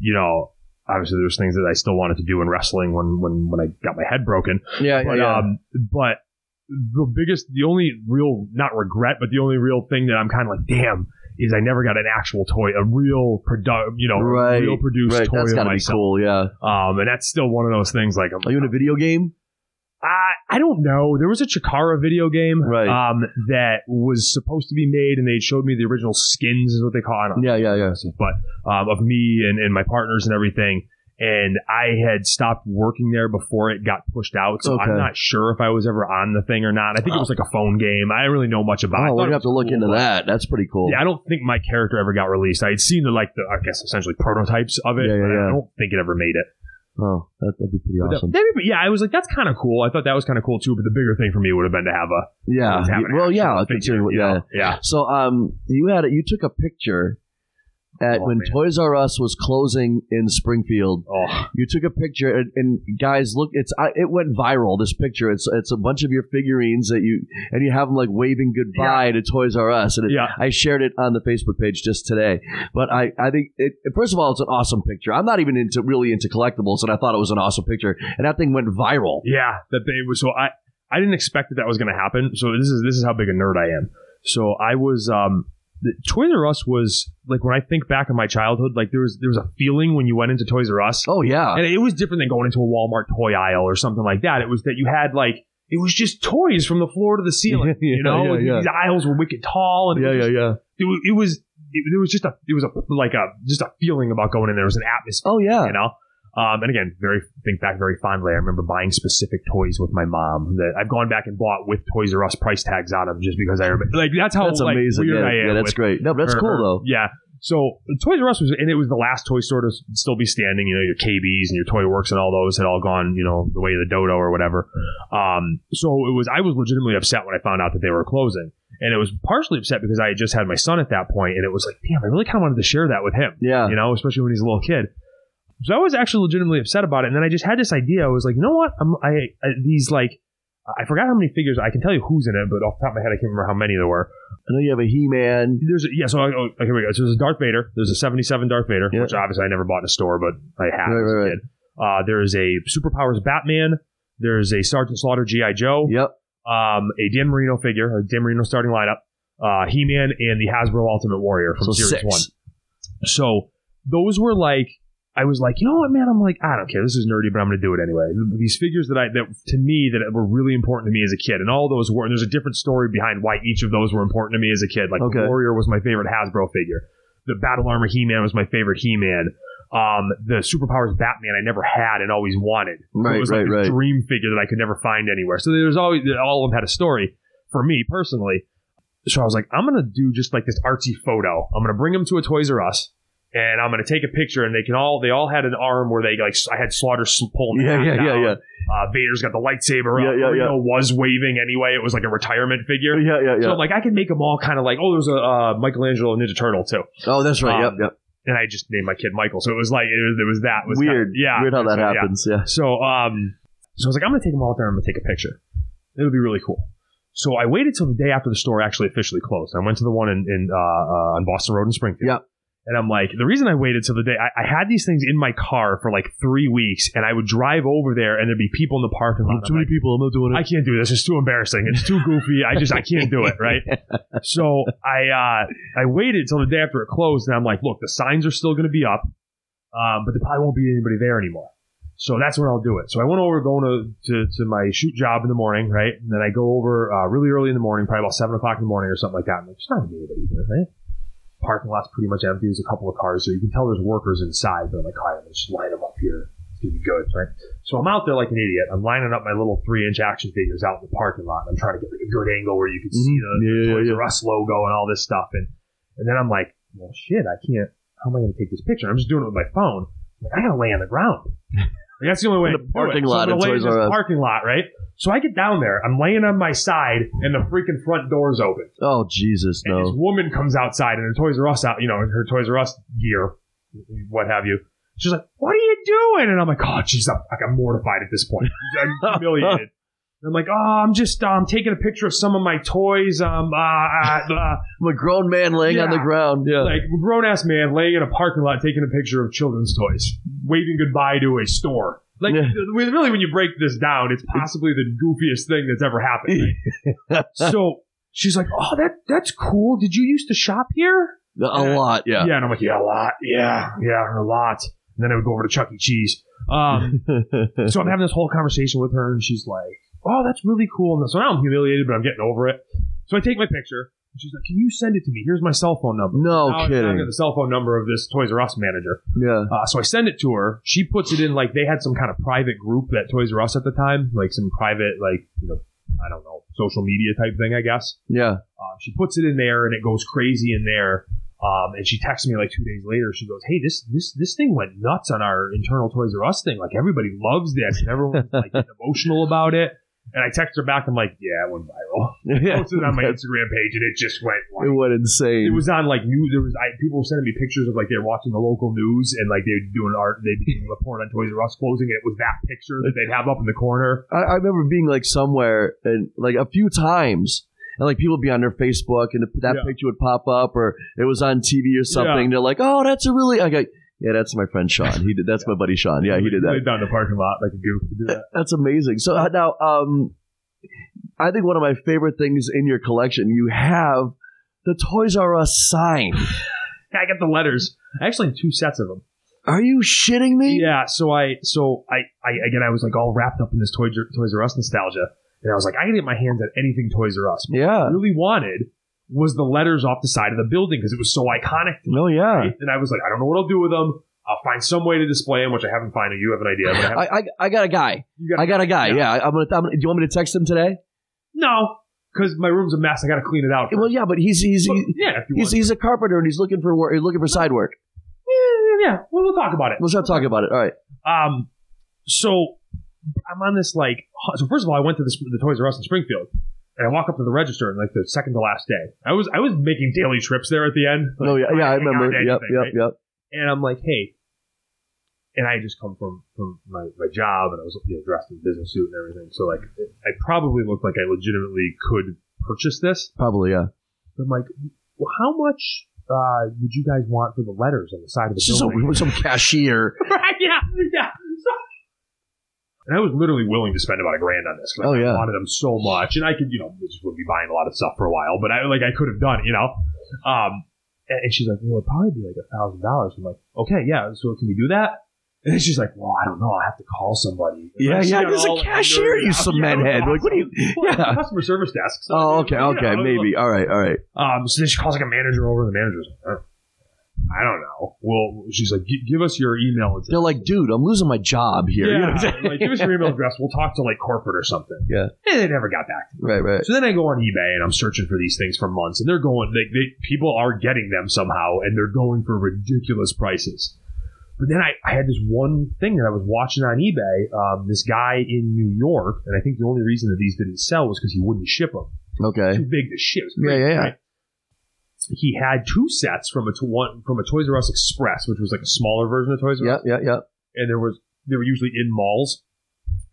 [SPEAKER 2] you know, obviously there's things that I still wanted to do in wrestling when when when I got my head broken.
[SPEAKER 1] Yeah,
[SPEAKER 2] But um, but the biggest, the only real not regret, but the only real thing that I'm kind of like, damn, is I never got an actual toy, a real produ- you know, a
[SPEAKER 1] Right,
[SPEAKER 2] real produced
[SPEAKER 1] right.
[SPEAKER 2] toy
[SPEAKER 1] That's
[SPEAKER 2] of
[SPEAKER 1] gotta be
[SPEAKER 2] myself.
[SPEAKER 1] cool. Yeah.
[SPEAKER 2] Um, and that's still one of those things. Like, I'm
[SPEAKER 1] Are you in a video game?
[SPEAKER 2] I, I don't know. There was a Chikara video game
[SPEAKER 1] Right.
[SPEAKER 2] um, that was supposed to be made, and they showed me the original skins, is what they call it. I don't know
[SPEAKER 1] Yeah, yeah, yeah.
[SPEAKER 2] if that's it, But um, of me and, and my partners and everything. And I had stopped working there before it got pushed out, so
[SPEAKER 1] Okay.
[SPEAKER 2] I'm not sure if I was ever on the thing or not. I think it was like a phone game. I didn't really know much about. it. I
[SPEAKER 1] Oh,
[SPEAKER 2] thought
[SPEAKER 1] we're
[SPEAKER 2] it
[SPEAKER 1] gonna have
[SPEAKER 2] was
[SPEAKER 1] to look
[SPEAKER 2] cool,
[SPEAKER 1] into
[SPEAKER 2] but-
[SPEAKER 1] that. That's pretty cool.
[SPEAKER 2] Yeah, I don't think my character ever got released. I had seen the like the I guess essentially prototypes of it,
[SPEAKER 1] Yeah, yeah,
[SPEAKER 2] but
[SPEAKER 1] yeah.
[SPEAKER 2] I don't think it ever made it.
[SPEAKER 1] Oh, that, that'd be pretty
[SPEAKER 2] But that-
[SPEAKER 1] awesome.
[SPEAKER 2] that'd be- yeah, I was like, that's kind of cool. I thought that was kind of cool too. But the bigger thing for me would have been to have a
[SPEAKER 1] yeah.
[SPEAKER 2] have an
[SPEAKER 1] Well, yeah.
[SPEAKER 2] actual figure,
[SPEAKER 1] Considering what,
[SPEAKER 2] you
[SPEAKER 1] yeah.
[SPEAKER 2] know? yeah.
[SPEAKER 1] So, um, you had you took a picture at
[SPEAKER 2] Oh,
[SPEAKER 1] when
[SPEAKER 2] man.
[SPEAKER 1] Toys R Us was closing in Springfield.
[SPEAKER 2] Oh,
[SPEAKER 1] You took a picture, and, and guys, look, it's I, it went viral. This picture, it's it's a bunch of your figurines that you and you have them like waving goodbye to Toys R Us, and it,
[SPEAKER 2] Yeah.
[SPEAKER 1] I shared it on the Facebook page just today. But I I think it, first of all, it's an awesome picture. I'm not even into really into collectibles, and I thought it was an awesome picture, and that thing went viral.
[SPEAKER 2] yeah. That they was so I I didn't expect that that was going to happen. So this is this is how big a nerd I am. So I was um. The, Toys R Us was like when I think back in my childhood, like there was there was a feeling when you went into Toys R Us,
[SPEAKER 1] Oh yeah,
[SPEAKER 2] and it was different than going into a Walmart toy aisle or something like that. It was that you had like it was just toys from the floor to the ceiling.
[SPEAKER 1] Yeah,
[SPEAKER 2] you know,
[SPEAKER 1] yeah, yeah.
[SPEAKER 2] the aisles were wicked tall, and it was just-
[SPEAKER 1] yeah.
[SPEAKER 2] It, was- it was it, there was just a it was a like a just a feeling about going in there. It was an atmosphere.
[SPEAKER 1] Oh yeah.
[SPEAKER 2] you know. Um, and again, very think back very fondly. I remember buying specific toys with my mom that I've gone back and bought with Toys R Us price tags on them just because I remember. Like that's how
[SPEAKER 1] That's
[SPEAKER 2] like,
[SPEAKER 1] amazing.
[SPEAKER 2] weird
[SPEAKER 1] Yeah,
[SPEAKER 2] I am
[SPEAKER 1] yeah, that's
[SPEAKER 2] with-
[SPEAKER 1] great. No, but that's
[SPEAKER 2] or-
[SPEAKER 1] cool
[SPEAKER 2] or-
[SPEAKER 1] though.
[SPEAKER 2] Yeah. So Toys R Us was, and it was the last toy store to s- still be standing. You know, your KBs and your Toy Works and all those had all gone, you know, the way of the dodo or whatever. Um, so it was, I was legitimately upset when I found out that they were closing, and it was partially upset because I had just had my son at that point, and it was like, damn, I really kind of wanted to share that with him
[SPEAKER 1] Yeah.
[SPEAKER 2] you know, especially when he's a little kid. So I was actually legitimately upset about it, and then I just had this idea. I was like, you know what? I'm, I, I these like I forgot how many figures. I can tell you who's in it, but off the top of my head, I can't remember how many there were.
[SPEAKER 1] I know you have a He-Man.
[SPEAKER 2] There's a, yeah, so I, oh, okay, here we go. So there's a Darth Vader. There's a '77 Darth Vader,
[SPEAKER 1] Yeah.
[SPEAKER 2] which obviously I never bought in a store, but I had.
[SPEAKER 1] Right,
[SPEAKER 2] as a
[SPEAKER 1] right, right.
[SPEAKER 2] kid. Uh, there is a Superpowers Batman. There's a Sergeant Slaughter GI Joe.
[SPEAKER 1] Yep.
[SPEAKER 2] Um, a Dan Marino figure, a Dan Marino starting lineup. Uh, He-Man and the Hasbro Ultimate Warrior from
[SPEAKER 1] So
[SPEAKER 2] Series
[SPEAKER 1] six.
[SPEAKER 2] One. So those were like I was like, you know what, man? I'm like, I don't care. This is nerdy, but I'm going to do it anyway. These figures that I that to me that were really important to me as a kid, and all those were. And there's a different story behind why each of those were important to me as a kid. Like
[SPEAKER 1] Okay.
[SPEAKER 2] the Warrior was my favorite Hasbro figure. The Battle Armor He-Man was my favorite He-Man. Um, the Superpowers Batman I never had and always wanted. So
[SPEAKER 1] Right,
[SPEAKER 2] it was
[SPEAKER 1] right,
[SPEAKER 2] like this
[SPEAKER 1] right.
[SPEAKER 2] dream figure that I could never find anywhere. So there's always all of them had a story for me personally. So I was like, I'm gonna do just like this artsy photo. I'm gonna bring them to a Toys R Us, and I'm gonna take a picture, and they can all they all had an arm where they like s- I had Slaughter s- pulling.
[SPEAKER 1] Yeah,
[SPEAKER 2] the
[SPEAKER 1] yeah,
[SPEAKER 2] hat
[SPEAKER 1] yeah,
[SPEAKER 2] down.
[SPEAKER 1] yeah,
[SPEAKER 2] Uh, Vader's got the lightsaber.
[SPEAKER 1] Yeah,
[SPEAKER 2] up.
[SPEAKER 1] yeah, yeah.
[SPEAKER 2] Reno was waving anyway. It was like a retirement figure.
[SPEAKER 1] yeah, yeah,
[SPEAKER 2] So
[SPEAKER 1] yeah.
[SPEAKER 2] I'm like, I can make them all kind of like oh, there's a uh, Michelangelo Ninja Turtle too,
[SPEAKER 1] Oh, that's right.
[SPEAKER 2] um,
[SPEAKER 1] yep, yep.
[SPEAKER 2] and I just named my kid Michael. So it was like it was, it was that was kinda-
[SPEAKER 1] Weird.
[SPEAKER 2] yeah,
[SPEAKER 1] Weird how that
[SPEAKER 2] So, yeah.
[SPEAKER 1] happens. Yeah.
[SPEAKER 2] So um, so I was like, I'm gonna take them all out there. I'm gonna take a picture. It'll be really cool. So I waited till the day after the store actually officially closed. I went to the one in, in uh, uh, on Boston Road in Springfield.
[SPEAKER 1] Yeah.
[SPEAKER 2] And I'm like, the reason I waited till the day I, I had these things in my car for like three weeks, and I would drive over there, and there'd be people in the parking lot. I'm like,
[SPEAKER 1] people. I'm not doing
[SPEAKER 2] I can't do this. It's too embarrassing. It's too goofy. I just I can't do it. Right. So I uh, I waited till the day after it closed, and I'm like, look, the signs are still going to be up, um, but there probably won't be anybody there anymore. So that's when I'll do it. So I went over going to, to, to my shoot job in the morning, right? And then I go over uh, really early in the morning, probably about seven o'clock in the morning or something like that. I'm like, there's not going to be anybody there, right? Parking lot's pretty much empty. There's a couple of cars there. You can tell there's workers inside, but I'm like, all right, let's just line them up here. It's going to be good, right? So I'm out there like an idiot. I'm lining up my little three inch action figures out in the parking lot. I'm trying to get like a good angle where you can see the, the
[SPEAKER 1] Mm-hmm. Yeah, yeah,
[SPEAKER 2] Toys
[SPEAKER 1] yeah.
[SPEAKER 2] R Us logo and all this stuff. And and then I'm like, well, shit, I can't. How am I going to take this picture? I'm just doing it with my phone. Like, I gotta lay on the ground. Like, that's the only way.
[SPEAKER 1] In
[SPEAKER 2] to
[SPEAKER 1] the
[SPEAKER 2] do
[SPEAKER 1] parking
[SPEAKER 2] it. So
[SPEAKER 1] lot
[SPEAKER 2] I'm
[SPEAKER 1] at
[SPEAKER 2] gonna lay in
[SPEAKER 1] Toys
[SPEAKER 2] this
[SPEAKER 1] R Us.
[SPEAKER 2] parking lot, right? So I get down there. I'm laying on my side, and the freaking front door's open.
[SPEAKER 1] Oh Jesus,
[SPEAKER 2] And this
[SPEAKER 1] no.
[SPEAKER 2] woman comes outside in her Toys R Us out, you know, in her Toys R Us gear, what have you. She's like, "What are you doing?" And I'm like, "Oh, she's I'm, like I'm mortified at this point. I'm humiliated." And I'm like, "Oh, I'm just um taking a picture of some of my toys. Um, uh, uh, uh,
[SPEAKER 1] I'm a grown man laying on the
[SPEAKER 2] Yeah.
[SPEAKER 1] ground. Yeah.
[SPEAKER 2] like grown ass man laying in a parking lot taking a picture of children's toys, waving goodbye to a store." Like,
[SPEAKER 1] Yeah.
[SPEAKER 2] really, when you break this down, it's possibly the goofiest thing that's ever happened. right? so she's like, "Oh, that that's cool. Did you used to shop here?"
[SPEAKER 1] a lot, yeah.
[SPEAKER 2] uh, Yeah, and I'm like, yeah, a lot. Yeah, yeah, a lot. And then I would go over to Chuck E. Cheese. Um, so I'm having this whole conversation with her, and she's like, oh, that's really cool. And so now I'm humiliated, but I'm getting over it. So I take my picture, and she's like, can you send it to me? Here's my cell phone number.
[SPEAKER 1] No
[SPEAKER 2] Now I- now I got
[SPEAKER 1] Oh, kidding.
[SPEAKER 2] the cell phone number of this Toys R Us manager.
[SPEAKER 1] Yeah.
[SPEAKER 2] Uh, so I send it to her. She puts it in like they had some kind of private group that Toys R Us at the time, like some private, like, you know, I don't know, social media type thing, I guess.
[SPEAKER 1] Yeah.
[SPEAKER 2] Um, she puts it in there, and it goes crazy in there. Um, and she texts me like two days later. She goes, "Hey, this this this thing went nuts on our internal Toys R Us thing. Like everybody loves this, and everyone's like getting emotional about it." And I text her back. I'm like, "Yeah, it went viral. I
[SPEAKER 1] yeah.
[SPEAKER 2] posted it on my Instagram page, and it just went
[SPEAKER 1] It
[SPEAKER 2] like."
[SPEAKER 1] went
[SPEAKER 2] It
[SPEAKER 1] insane.
[SPEAKER 2] was on like news. There was I, people were sending me pictures of like they're watching the local news and like they'd do an art. They'd do a report on Toys R Us closing, and it was that picture that they'd have up in the corner.
[SPEAKER 1] I, I remember being like somewhere and like a few times, and like people would be on their Facebook, and that
[SPEAKER 2] Yeah.
[SPEAKER 1] picture would pop up, or it was on TV or something.
[SPEAKER 2] Yeah.
[SPEAKER 1] They're like, "Oh, that's a really," I got, "Yeah, that's my friend Sean. He did. That's my buddy Sean. Yeah, he did that.
[SPEAKER 2] They'd down in the parking lot like a goof to do that.
[SPEAKER 1] That's amazing." So uh, now, um, I think one of my favorite things in your collection, you have the Toys R Us sign.
[SPEAKER 2] I got the letters. I actually had two sets of them.
[SPEAKER 1] Are you shitting me?
[SPEAKER 2] Yeah, so I so I, I again I was like all wrapped up in this Toys R, Toys R Us nostalgia, and I was like I can get my hands on anything Toys R Us. What I
[SPEAKER 1] Yeah.
[SPEAKER 2] really wanted was the letters off the side of the building because it was so iconic. To me,
[SPEAKER 1] No. Yeah.
[SPEAKER 2] right? And I was like, I don't know what I'll do with them. I'll find some way to display them, which I haven't found. You have an idea? But I haven't,
[SPEAKER 1] I, I, I got a guy.
[SPEAKER 2] you got,
[SPEAKER 1] I got a guy.
[SPEAKER 2] Yeah.
[SPEAKER 1] Yeah. I'm gonna, I'm gonna. Do you want me to text him today?
[SPEAKER 2] no, because my room's a mess. I got to clean it out.
[SPEAKER 1] Well, yeah, but he's he's
[SPEAKER 2] But,
[SPEAKER 1] he's,
[SPEAKER 2] yeah, if you
[SPEAKER 1] he's,
[SPEAKER 2] want.
[SPEAKER 1] a carpenter and he's looking for work. He's looking for side work.
[SPEAKER 2] Yeah, yeah, yeah. Well, we'll talk about it.
[SPEAKER 1] Let's not talk about it. All right.
[SPEAKER 2] Um, so I'm on this like. hu- So first of all, I went to the, the Toys R Us in Springfield, and I walk up to the register, and like the second to last day, I was I was making daily trips there at the end. like,
[SPEAKER 1] No. Oh, Yeah.
[SPEAKER 2] trying to
[SPEAKER 1] Yeah. I
[SPEAKER 2] hang on
[SPEAKER 1] remember.
[SPEAKER 2] to anything,
[SPEAKER 1] Yep. Yep.
[SPEAKER 2] right?
[SPEAKER 1] Yep.
[SPEAKER 2] And I'm like, hey, and I had just come from from my, my job, and I was you know, dressed in a business suit and everything, so like I probably looked like I legitimately could purchase this.
[SPEAKER 1] Probably. Yeah.
[SPEAKER 2] I'm like, well, how much? Uh, would you guys want for the letters on the side of the
[SPEAKER 1] So,
[SPEAKER 2] building?
[SPEAKER 1] some cashier.
[SPEAKER 2] right? Yeah, yeah. So- and I was literally willing to spend about a grand on this. 'cause
[SPEAKER 1] Oh,
[SPEAKER 2] I
[SPEAKER 1] yeah.
[SPEAKER 2] wanted them so much, and I could, you know, I just would be buying a lot of stuff for a while. But I like I could have done, it, you know. Um, and, and she's like, "Well, it'd probably be like a thousand dollars." I'm like, "Okay, yeah. So can we do that?" And then she's like, "Well, I don't know. I have to call somebody." And
[SPEAKER 1] Yeah.
[SPEAKER 2] I
[SPEAKER 1] Yeah.
[SPEAKER 2] got
[SPEAKER 1] There's
[SPEAKER 2] all,
[SPEAKER 1] a
[SPEAKER 2] like,
[SPEAKER 1] cashier.
[SPEAKER 2] nerded
[SPEAKER 1] You
[SPEAKER 2] out.
[SPEAKER 1] some
[SPEAKER 2] Yeah, it was
[SPEAKER 1] head. Like, what do you?
[SPEAKER 2] awesome. Well,
[SPEAKER 1] Yeah.
[SPEAKER 2] Customer service desk. so,
[SPEAKER 1] Oh. Okay.
[SPEAKER 2] you know,
[SPEAKER 1] Okay.
[SPEAKER 2] it was-
[SPEAKER 1] Maybe. All right. All right.
[SPEAKER 2] um, so then she calls like a manager over, and the manager's like, "Uh, I don't know. Well, she's like, "Gi- give us your email address.
[SPEAKER 1] They're like, dude, I'm losing my job here. You know what I'm
[SPEAKER 2] Yeah,
[SPEAKER 1] saying?
[SPEAKER 2] like give us your email address. We'll talk to like corporate or something.
[SPEAKER 1] Yeah.
[SPEAKER 2] and they never got back to me.
[SPEAKER 1] Right. Right.
[SPEAKER 2] So then I go on eBay and I'm searching for these things for months, and they're going. They, they people are getting them somehow, and they're going for ridiculous prices. But then I, I had this one thing that I was watching on eBay. Um, this guy in New York, and I think the only reason that these didn't sell was because he wouldn't ship them.
[SPEAKER 1] Okay.
[SPEAKER 2] Too big to ship. It was
[SPEAKER 1] Yeah,
[SPEAKER 2] crazy,
[SPEAKER 1] yeah, yeah.
[SPEAKER 2] right? He had two sets from a to one from a Toys R Us Express, which was like a smaller version of Toys R Us
[SPEAKER 1] Yeah. Yeah. Yeah.
[SPEAKER 2] and there was they were usually in malls.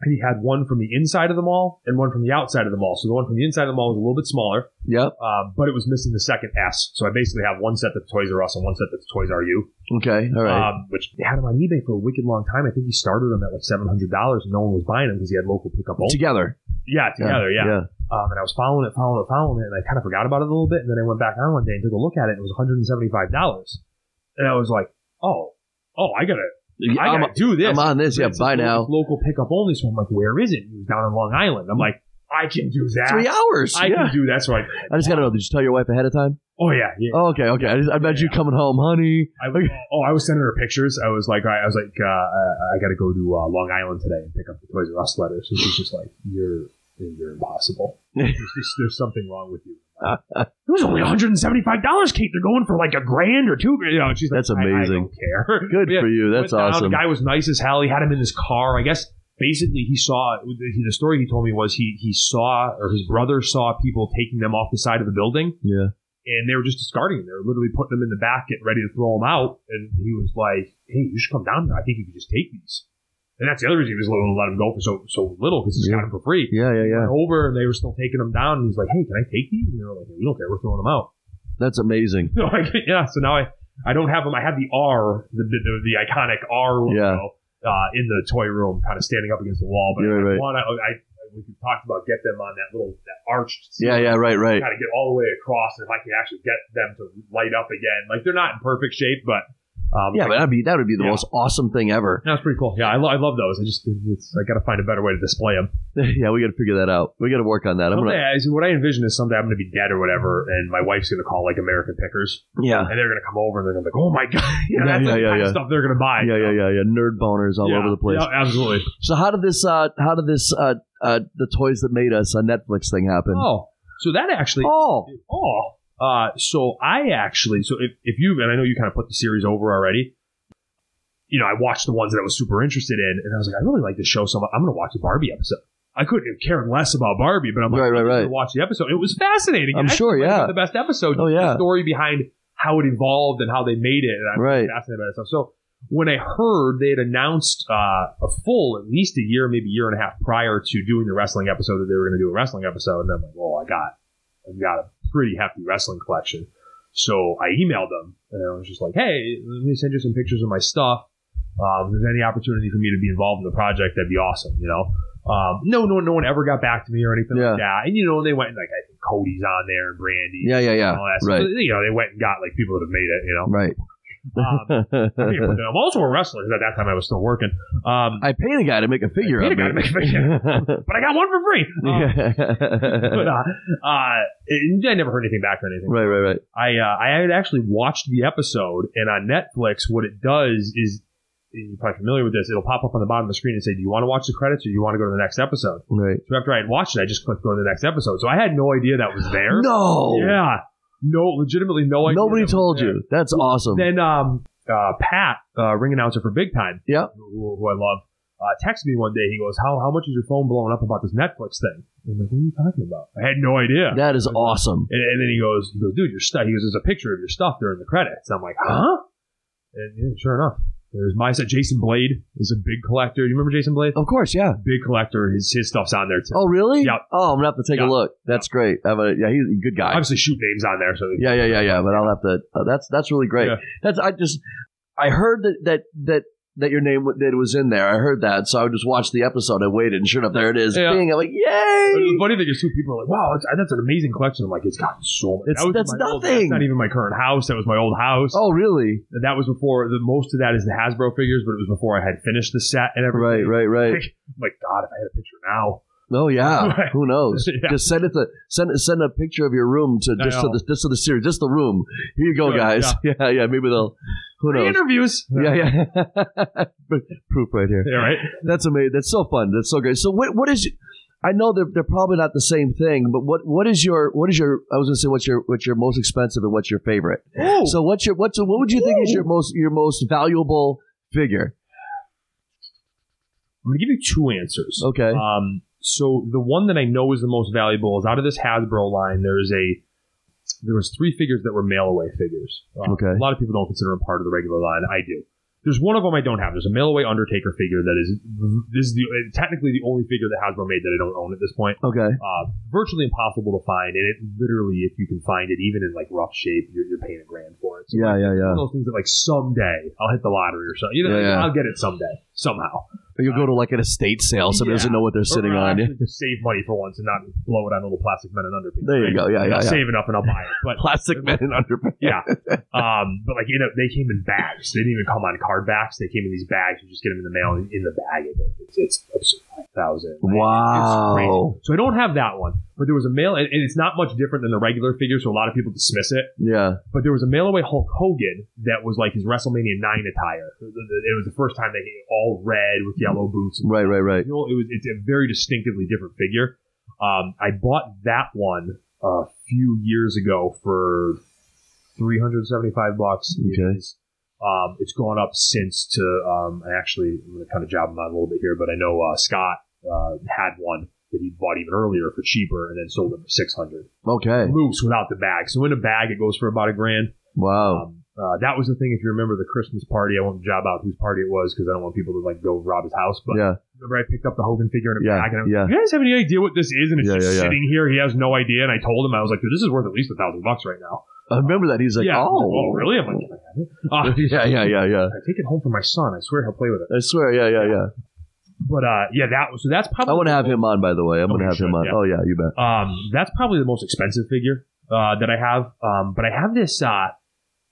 [SPEAKER 2] And he had one from the inside of the mall and one from the outside of the mall. So the one from the inside of the mall was a little bit smaller,
[SPEAKER 1] Yep.
[SPEAKER 2] uh, but it was missing the second S. So I basically have one set that's Toys R Us and one set that's Toys R U,
[SPEAKER 1] Okay. All right.
[SPEAKER 2] um, which they had him on eBay for a wicked long time. I think he started them at like seven hundred dollars, and no one was buying them because he had local pickup only.
[SPEAKER 1] Together.
[SPEAKER 2] Yeah, together, yeah. Um, and I was following it, following it, following it, and I kind of forgot about it a little bit. And then I went back on one day and took a look at it. And it was one hundred and seventy-five dollars, and I was like, oh, oh, I gotta,
[SPEAKER 1] Yeah.
[SPEAKER 2] I
[SPEAKER 1] I'm,
[SPEAKER 2] gotta do this.
[SPEAKER 1] I'm on this. Yeah.
[SPEAKER 2] It's
[SPEAKER 1] Bye
[SPEAKER 2] lo-
[SPEAKER 1] now.
[SPEAKER 2] it's Local pickup only. So I'm like, where is it? He was down on Long Island. I'm like, I can do that.
[SPEAKER 1] Mm-hmm. Three hours.
[SPEAKER 2] I
[SPEAKER 1] yeah.
[SPEAKER 2] can do that. So I,
[SPEAKER 1] I just gotta know. Did you tell your wife ahead of time?
[SPEAKER 2] oh yeah, yeah.
[SPEAKER 1] Oh, okay. Okay. I, just, I imagine you coming home, honey.
[SPEAKER 2] I, oh, I was sending her pictures. I was like, I, I was like, uh, uh, I got to go to uh, Long Island today and pick up the Toys R Us letters. And she's just like, you're then you're impossible. there's, just, there's something wrong with you. it was only 175 dollars, Kate. They're going for like a grand or two. grand. You know, and she's like,
[SPEAKER 1] That's
[SPEAKER 2] "I- I,
[SPEAKER 1] amazing.
[SPEAKER 2] don't care.
[SPEAKER 1] Good for you. That's
[SPEAKER 2] Went down.
[SPEAKER 1] awesome.
[SPEAKER 2] The guy was nice as hell. He had him in his car. I guess basically he saw he- the story he told me was he he saw or his brother saw people taking them off the side of the building
[SPEAKER 1] Yeah.
[SPEAKER 2] and they were just discarding them. They were literally putting them in the back, getting ready to throw them out. And he was like, "Hey, you should come down here. I think you could just take these." And that's the other reason he was willing to let them go for so so little because he's
[SPEAKER 1] Yeah.
[SPEAKER 2] got them for free.
[SPEAKER 1] Yeah, yeah, yeah.
[SPEAKER 2] Went Over and they were still taking them down. And he's like, "Hey, can I take these?" And they were like, "We don't care. We're throwing them out."
[SPEAKER 1] That's amazing.
[SPEAKER 2] No, I, yeah. So now I, I don't have them. I have the R, the the, the iconic R logo
[SPEAKER 1] Yeah.
[SPEAKER 2] uh, in the toy room, kind of standing up against the wall. But
[SPEAKER 1] Yeah,
[SPEAKER 2] I,
[SPEAKER 1] right.
[SPEAKER 2] want to. I, I we talked about get them on that little that arched.
[SPEAKER 1] Yeah, yeah, right, right.
[SPEAKER 2] Got to get all the way across, and if I can actually get them to light up again, like they're not in perfect shape, but um,
[SPEAKER 1] Yeah, but that'd be that would be the
[SPEAKER 2] Yeah.
[SPEAKER 1] most awesome thing ever.
[SPEAKER 2] that's pretty cool. Yeah, I, lo- I love those. I just it's, I got to find a better way to display them.
[SPEAKER 1] yeah, we got to figure that out. We got to work on that. I'm
[SPEAKER 2] Someday,
[SPEAKER 1] gonna.
[SPEAKER 2] I- what I envision is someday I'm going to be dead or whatever, and my wife's going to call like American Pickers,
[SPEAKER 1] Yeah,
[SPEAKER 2] and they're going to come over and they're going to be like, oh my god, you
[SPEAKER 1] Yeah,
[SPEAKER 2] know, that's
[SPEAKER 1] yeah,
[SPEAKER 2] the
[SPEAKER 1] yeah,
[SPEAKER 2] kind
[SPEAKER 1] yeah.
[SPEAKER 2] of stuff they're going to
[SPEAKER 1] yeah,
[SPEAKER 2] buy. you
[SPEAKER 1] yeah,
[SPEAKER 2] know?
[SPEAKER 1] yeah, yeah. Nerd boners all
[SPEAKER 2] Yeah,
[SPEAKER 1] over the place.
[SPEAKER 2] yeah, absolutely.
[SPEAKER 1] So how did this? Uh, how did this? Uh, uh, the toys that made us a Netflix thing happen?
[SPEAKER 2] Oh, so that actually.
[SPEAKER 1] Oh,
[SPEAKER 2] Oh. Uh, so I actually, so if, if you, and I know you kind of put the series over already, you know, I watched the ones that I was super interested in, and I was like, I really like this show, so I'm, I'm going to watch the Barbie episode. I couldn't care less about Barbie, but I'm like,
[SPEAKER 1] Right, right,
[SPEAKER 2] I'm
[SPEAKER 1] right.
[SPEAKER 2] gonna watch the episode. It was fascinating.
[SPEAKER 1] I'm
[SPEAKER 2] It actually
[SPEAKER 1] sure,
[SPEAKER 2] might have
[SPEAKER 1] yeah.
[SPEAKER 2] been The best episode.
[SPEAKER 1] Oh,
[SPEAKER 2] just
[SPEAKER 1] yeah.
[SPEAKER 2] The story behind how it evolved and how they made it. And I was
[SPEAKER 1] Right.
[SPEAKER 2] fascinated by that stuff. So when I heard they had announced uh, a full, at least a year, maybe year and a half prior to doing the wrestling episode that they were going to do a wrestling episode, and I'm like, well, I got, I've got a pretty hefty wrestling collection. So I emailed them, and I was just like, hey, let me send you some pictures of my stuff. Um, if there's any opportunity for me to be involved in the project, that'd be awesome, you know? Um, no, no, no one ever got back to me or anything like that. And, you know, they went, like, I think Cody's on there and Brandy.
[SPEAKER 1] yeah, yeah, yeah.
[SPEAKER 2] And all that. So,
[SPEAKER 1] Right,
[SPEAKER 2] you know, they went and got, like, people that have made it, you know?
[SPEAKER 1] right.
[SPEAKER 2] Um, I mean, but I'm also a wrestler because at that time I was still working. Um,
[SPEAKER 1] I paid a guy to make a figure.
[SPEAKER 2] paid
[SPEAKER 1] of
[SPEAKER 2] a guy to
[SPEAKER 1] me.
[SPEAKER 2] make a figure. but I got one for free. Um, But
[SPEAKER 1] yeah.
[SPEAKER 2] uh, uh, it- I never heard anything back or anything.
[SPEAKER 1] right, right, right.
[SPEAKER 2] I uh, I had actually watched the episode, and on Netflix, what it does is you're probably familiar with this. It'll pop up on the bottom of the screen and say, "Do you want to watch the credits, or do you want to go to the next episode?"
[SPEAKER 1] Right.
[SPEAKER 2] So after I had watched it, I just clicked go to the next episode. So I had no idea that was there.
[SPEAKER 1] No.
[SPEAKER 2] Yeah. No, legitimately no idea.
[SPEAKER 1] Oh. Nobody
[SPEAKER 2] that was
[SPEAKER 1] told
[SPEAKER 2] there.
[SPEAKER 1] you. That's awesome.
[SPEAKER 2] Then um, uh, Pat, uh, ring announcer for Big Time,
[SPEAKER 1] Yeah.
[SPEAKER 2] who, who I love, uh, texted me one day. He goes, "How how much is your phone blowing up about this Netflix thing?" I'm like, "What are you talking about?" I had no idea.
[SPEAKER 1] That is awesome.
[SPEAKER 2] and, and then he goes, "He goes, dude, your stuff." He goes, "There's a picture of your stuff during the credits." I'm like, "Huh?" And yeah, sure enough, there's my set. Jason Blade is a big collector. You remember Jason Blade?
[SPEAKER 1] Of course, yeah.
[SPEAKER 2] Big collector. His his stuff's on there too.
[SPEAKER 1] Oh, really?
[SPEAKER 2] Yeah.
[SPEAKER 1] Oh, I'm gonna have to take
[SPEAKER 2] Yeah.
[SPEAKER 1] a look. That's great. I'm gonna- yeah, he's a good guy.
[SPEAKER 2] Obviously, shoot names on there. So
[SPEAKER 1] yeah, yeah, yeah, yeah. But I'll have to. Uh, that's that's really great.
[SPEAKER 2] Yeah.
[SPEAKER 1] That's I just I heard that that that that your name w- that it was in there. I heard that, so I just watched the episode. I waited, and sure enough, there it is.
[SPEAKER 2] Yeah.
[SPEAKER 1] Bing. I'm like,
[SPEAKER 2] But It's
[SPEAKER 1] yay!
[SPEAKER 2] funny that your two people are like, wow, that's, that's an amazing collection. I'm like, it's gotten so much.
[SPEAKER 1] It's-
[SPEAKER 2] That was
[SPEAKER 1] that's
[SPEAKER 2] my old-
[SPEAKER 1] nothing.
[SPEAKER 2] that's not even my current house. That was my old house.
[SPEAKER 1] Oh, really?
[SPEAKER 2] That was before, the, most of that is the Hasbro figures, but it was before I had finished the set and
[SPEAKER 1] Right,
[SPEAKER 2] everything.
[SPEAKER 1] right, right.
[SPEAKER 2] I'm like, God, if I had a picture now.
[SPEAKER 1] Oh, yeah.
[SPEAKER 2] Right.
[SPEAKER 1] Who knows?
[SPEAKER 2] Yeah.
[SPEAKER 1] Just send it to send send a picture of your room to
[SPEAKER 2] I
[SPEAKER 1] just to
[SPEAKER 2] know.
[SPEAKER 1] the just to the series, just the room. Here you go,
[SPEAKER 2] Good,
[SPEAKER 1] guys. Yeah. yeah, Maybe they'll. Who
[SPEAKER 2] Free
[SPEAKER 1] knows?
[SPEAKER 2] interviews.
[SPEAKER 1] Yeah, yeah. Proof right here.
[SPEAKER 2] Yeah, right?
[SPEAKER 1] That's amazing. That's so fun. That's so great. So what what is I know they're, they're probably not the same thing, but what, what is your what is your I was gonna say what's your what's your most expensive and what's your favorite?
[SPEAKER 2] Oh,
[SPEAKER 1] So what's your what's what would you think is your most your most valuable figure?
[SPEAKER 2] I'm going to give you two answers.
[SPEAKER 1] Okay.
[SPEAKER 2] Um, so the one that I know is the most valuable is out of this Hasbro line. There is a there was three figures that were mail away figures. Uh,
[SPEAKER 1] Okay.
[SPEAKER 2] A lot of people don't consider them part of the regular line. I do. There's one of them I don't have. There's a mail away Undertaker figure that is this is the, technically the only figure that Hasbro made that I don't own at this point.
[SPEAKER 1] Okay.
[SPEAKER 2] Uh, virtually impossible to find, and it literally, if you can find it, even in like rough shape, you're, you're paying a grand for it. So
[SPEAKER 1] Yeah, yeah, yeah.
[SPEAKER 2] one of those things that like someday I'll hit the lottery or something. You know,
[SPEAKER 1] Yeah, yeah.
[SPEAKER 2] I'll get it someday somehow.
[SPEAKER 1] Or you'll go to like an estate sale, somebody doesn't
[SPEAKER 2] Yeah.
[SPEAKER 1] know what they're sitting
[SPEAKER 2] Or I'll
[SPEAKER 1] on.
[SPEAKER 2] actually Just save money for once and not blow it on little plastic men and underpants.
[SPEAKER 1] There you go. Yeah, yeah,
[SPEAKER 2] I'll
[SPEAKER 1] yeah.
[SPEAKER 2] save enough and I'll buy it. But
[SPEAKER 1] Plastic men in underpants.
[SPEAKER 2] yeah, um, but like you know, they came in bags. They didn't even come on card backs. They came in these bags. You just get them in the mail in the bag. It's it's absurd. Five thousand.
[SPEAKER 1] Wow.
[SPEAKER 2] So I don't have that one, but there was a mail, and and it's not much different than the regular figure. So a lot of people dismiss it.
[SPEAKER 1] Yeah.
[SPEAKER 2] But there was a mail away Hulk Hogan that was like his WrestleMania nine attire. It was the first time they all red with yellow boots and
[SPEAKER 1] Right, right, right.
[SPEAKER 2] you know, it was it's a very distinctively different figure. Um, I bought that one a few years ago for 375 bucks. It
[SPEAKER 1] Okay.
[SPEAKER 2] is- um, it's gone up since to, um, I actually, I'm going to kind of job him out a little bit here, but I know uh, Scott uh, had one that he bought even earlier for cheaper and then sold it for 600
[SPEAKER 1] Okay.
[SPEAKER 2] loose without the bag. So in a bag, it goes for about a grand.
[SPEAKER 1] Wow.
[SPEAKER 2] Um, uh, that was the thing. If you remember the Christmas party, I won't job out whose party it was because I don't want people to like go rob his house. But
[SPEAKER 1] Yeah.
[SPEAKER 2] remember, I picked up the Hogan figure in a
[SPEAKER 1] Yeah,
[SPEAKER 2] bag, and I was
[SPEAKER 1] yeah.
[SPEAKER 2] like, "You guys have any idea what this is?" And it's
[SPEAKER 1] Yeah,
[SPEAKER 2] just
[SPEAKER 1] yeah, yeah.
[SPEAKER 2] sitting here. He has no idea. And I told him, I was like, "Dude, this is worth at least a thousand bucks right now."
[SPEAKER 1] I remember that. He's like,
[SPEAKER 2] yeah. I was like,
[SPEAKER 1] oh.
[SPEAKER 2] oh, really? I'm like, "Can I have it?" Uh,
[SPEAKER 1] Yeah, yeah, yeah, yeah.
[SPEAKER 2] I take it home for my son. I swear he'll play with it.
[SPEAKER 1] I swear. Yeah, yeah, yeah.
[SPEAKER 2] But uh, yeah, that was so. That's probably
[SPEAKER 1] I want to have him on, by the way. I'm going
[SPEAKER 2] you
[SPEAKER 1] to have him
[SPEAKER 2] should,
[SPEAKER 1] on.
[SPEAKER 2] yeah.
[SPEAKER 1] Oh, yeah, you bet.
[SPEAKER 2] Um, that's probably the most expensive figure uh, that I have. Um, but I have this. Uh,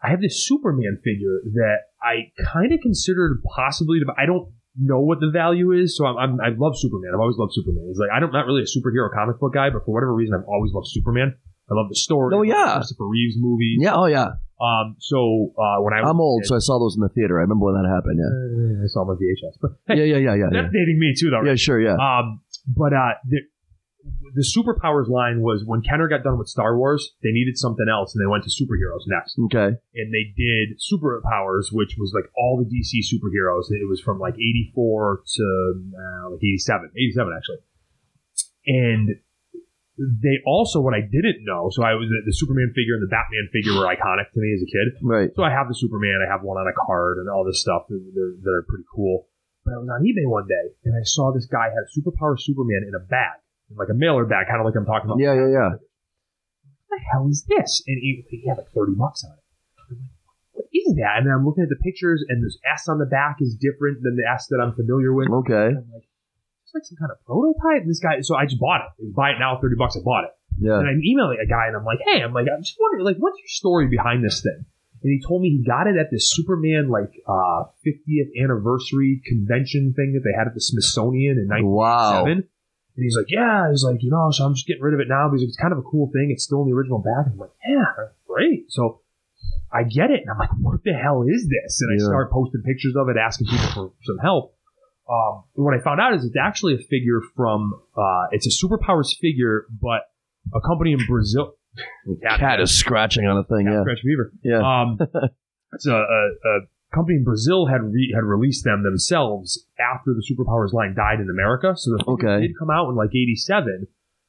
[SPEAKER 2] I have this Superman figure that I kind of considered possibly to. I don't know what the value is, so I'm, I'm I love Superman. I've always loved Superman. It's like I'm not really a superhero comic book guy, but for whatever reason, I've always loved Superman. I love the story.
[SPEAKER 1] Oh,
[SPEAKER 2] I love
[SPEAKER 1] yeah.
[SPEAKER 2] Christopher Reeves movie.
[SPEAKER 1] Yeah, oh, yeah.
[SPEAKER 2] Um, so uh, when I was
[SPEAKER 1] I'm old,
[SPEAKER 2] a uh,
[SPEAKER 1] so I saw those in the theater. I remember when that happened. Yeah.
[SPEAKER 2] kid, I saw my VHS, but hey,
[SPEAKER 1] Yeah, yeah, yeah, yeah.
[SPEAKER 2] that's dating me too, though.
[SPEAKER 1] Yeah, yeah sure, yeah.
[SPEAKER 2] Um, but uh, the, the superpowers line was when Kenner got done with Star Wars, they needed something else, and they went to superheroes next.
[SPEAKER 1] Okay.
[SPEAKER 2] And they did superpowers, which was like all the DC superheroes. It was from like 84 to uh, like 87, 87 actually. And they also, what I didn't know, so I was the Superman figure and the Batman figure were iconic to me as a kid.
[SPEAKER 1] Right.
[SPEAKER 2] So I have the Superman, I have one on a card, and all this stuff that, that- that are pretty cool. But I was on eBay one day, and I saw this guy had superpower Superman in a bag, in like a mailer bag, kind of like I'm talking about.
[SPEAKER 1] Yeah, yeah, yeah.
[SPEAKER 2] What the hell is this? And he, he had like 30 bucks on it. I'm like, what is that? And then I'm looking at the pictures, and this S on the back is different than the S that I'm familiar with.
[SPEAKER 1] Okay.
[SPEAKER 2] And I'm like, it's like some kind of prototype. And this guy, so I just bought it. It was buy it now, 30 bucks. I bought it.
[SPEAKER 1] Yeah.
[SPEAKER 2] And I'm emailing a guy and I'm like, hey, I'm like, I'm just wondering, like, what's your story behind this thing? And he told me he got it at this Superman like uh, 50th anniversary convention thing that they had at the Smithsonian in
[SPEAKER 1] Wow.
[SPEAKER 2] 1997. And he's like, yeah, he's like, you know, so I'm just getting rid of it now because it's kind of a cool thing. It's still in the original bag. And I'm like, yeah, great. So I get it. And I'm like, what the hell is this? And
[SPEAKER 1] Yeah.
[SPEAKER 2] I start posting pictures of it, asking people for some help. Um, and what I found out is it's actually a figure from, uh, it's a superpowers figure, but a company in Brazil.
[SPEAKER 1] Cat is scratching on a thing. Yeah.
[SPEAKER 2] Scratch Fever.
[SPEAKER 1] Yeah.
[SPEAKER 2] Um, it's a, a, a company in Brazil had re, had released them themselves after the superpowers line died in America. So the figure
[SPEAKER 1] Okay.
[SPEAKER 2] did come out in like '87.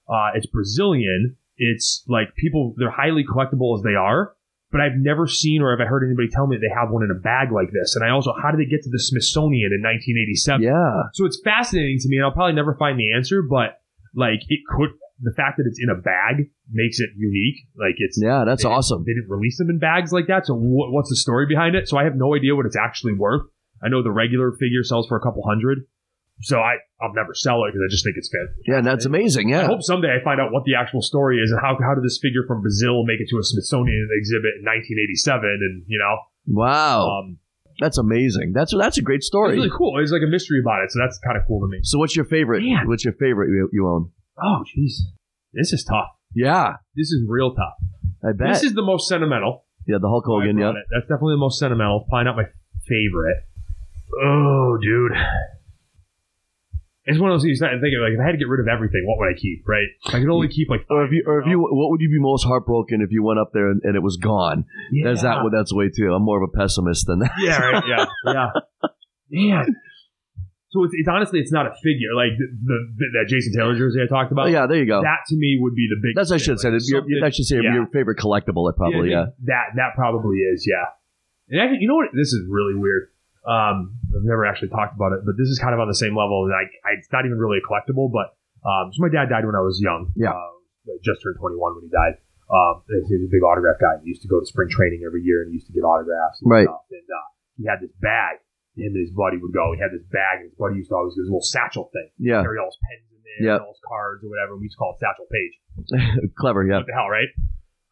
[SPEAKER 2] Uh, it's Brazilian. It's like people they're highly collectible as they are. But I've never seen or have I heard anybody tell me they have one in a bag like this. And I also, how did it get to the Smithsonian in 1987?
[SPEAKER 1] Yeah.
[SPEAKER 2] So it's fascinating to me, and I'll probably never find the answer, but like it could. The fact that it's in a bag makes it unique. Like it's
[SPEAKER 1] Yeah, that's
[SPEAKER 2] they-
[SPEAKER 1] awesome.
[SPEAKER 2] They didn't release them in bags like that. So wh- what's the story behind it? So I have no idea what it's actually worth. I know the regular figure sells for a couple hundred. So I I'll never sell it because I just think it's fantastic.
[SPEAKER 1] Yeah, and that's amazing.
[SPEAKER 2] I
[SPEAKER 1] Yeah.
[SPEAKER 2] hope someday I find out what the actual story is and how how did this figure from Brazil make it to a Smithsonian exhibit in 1987 and you know
[SPEAKER 1] Wow.
[SPEAKER 2] um,
[SPEAKER 1] That's amazing. That's that's a great
[SPEAKER 2] it's
[SPEAKER 1] Oh,
[SPEAKER 2] really
[SPEAKER 1] story.
[SPEAKER 2] cool. It's like a mystery about it, so that's kind of cool to me.
[SPEAKER 1] So what's your favorite?
[SPEAKER 2] Man.
[SPEAKER 1] What's your favorite you, you own?
[SPEAKER 2] Oh jeez, this is tough.
[SPEAKER 1] Yeah,
[SPEAKER 2] This is real tough.
[SPEAKER 1] I bet.
[SPEAKER 2] This is the most sentimental.
[SPEAKER 1] yeah, the Hulk Hogan.
[SPEAKER 2] I
[SPEAKER 1] Yeah.
[SPEAKER 2] brought it. That's definitely the most sentimental. Probably not my favorite. Oh, dude. It's one of those things that I'm thinking, like, if I had to get rid of everything, what would I keep, right? I could only keep, like,
[SPEAKER 1] Or if you, or if you, what would you be most heartbroken if you went up there and, and it was gone?
[SPEAKER 2] yeah.
[SPEAKER 1] That's that. That's way too. I'm more of a pessimist than that.
[SPEAKER 2] Yeah, right, yeah, yeah. Yeah. So it's, it's honestly, it's not a figure. Like, the, the, that Jason Taylor jersey I talked about,
[SPEAKER 1] yeah, there you go.
[SPEAKER 2] that to me would be the big
[SPEAKER 1] That's what I should say.
[SPEAKER 2] Like,
[SPEAKER 1] Your,
[SPEAKER 2] something-
[SPEAKER 1] I should say
[SPEAKER 2] yeah.
[SPEAKER 1] your favorite collectible. That probably. uh,
[SPEAKER 2] I
[SPEAKER 1] Yeah.
[SPEAKER 2] think That that probably is, yeah. And actually, you know what? This is really weird. Um, I've never actually talked about it, but this is kind of on the same level. And I, I, it's not even really a collectible, but um, so my dad died when I was young.
[SPEAKER 1] Yeah.
[SPEAKER 2] uh, just turned 21 when he died. Um, and he was a big autograph guy. He used to go to spring training every year and he used to get autographs and
[SPEAKER 1] Right.
[SPEAKER 2] stuff. And uh, he had this bag. Him and his buddy would go. He had this bag, and his buddy used to always do this little satchel thing.
[SPEAKER 1] Yeah.
[SPEAKER 2] Carry all his pens in there,
[SPEAKER 1] Yeah.
[SPEAKER 2] all his cards or whatever. And we used to call it satchel page
[SPEAKER 1] Clever. Yeah.
[SPEAKER 2] what the hell, right?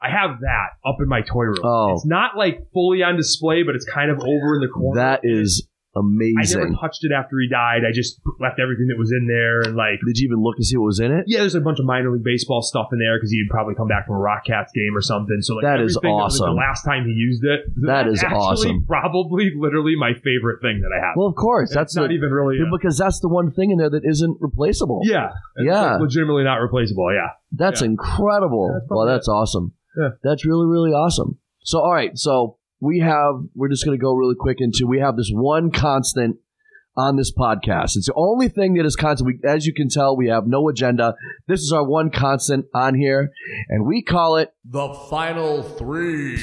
[SPEAKER 2] I have that up in my toy room.
[SPEAKER 1] Oh.
[SPEAKER 2] It's not like fully on display, but it's kind of over in the corner.
[SPEAKER 1] That is Amazing.
[SPEAKER 2] I never touched it after he died. I just left everything that was in there and like
[SPEAKER 1] Did you even look to see what was in it?
[SPEAKER 2] yeah, there's a bunch of minor league baseball stuff in there because he'd probably come back from a Rock Cats game or something. So like
[SPEAKER 1] That is
[SPEAKER 2] everything was, like,
[SPEAKER 1] awesome.
[SPEAKER 2] the last time he used it.
[SPEAKER 1] That
[SPEAKER 2] That's
[SPEAKER 1] is
[SPEAKER 2] actually
[SPEAKER 1] awesome.
[SPEAKER 2] Probably literally my favorite thing that I have.
[SPEAKER 1] Well, of course.
[SPEAKER 2] And
[SPEAKER 1] That's
[SPEAKER 2] it's not
[SPEAKER 1] the-
[SPEAKER 2] even really. a-
[SPEAKER 1] because that's the one thing in there that isn't replaceable.
[SPEAKER 2] yeah, It's,
[SPEAKER 1] Yeah.
[SPEAKER 2] like, legitimately not replaceable. Yeah,
[SPEAKER 1] That's
[SPEAKER 2] Yeah.
[SPEAKER 1] incredible.
[SPEAKER 2] That's
[SPEAKER 1] well,
[SPEAKER 2] probably
[SPEAKER 1] that's awesome.
[SPEAKER 2] Yeah.
[SPEAKER 1] That's really, really awesome. So, all right. So, we have, we're just going to go really quick into, we have this one constant on this podcast. It's the only thing that is constant. We, as you can tell, we have no agenda. This is our one constant on here, and we call it
[SPEAKER 3] The final three.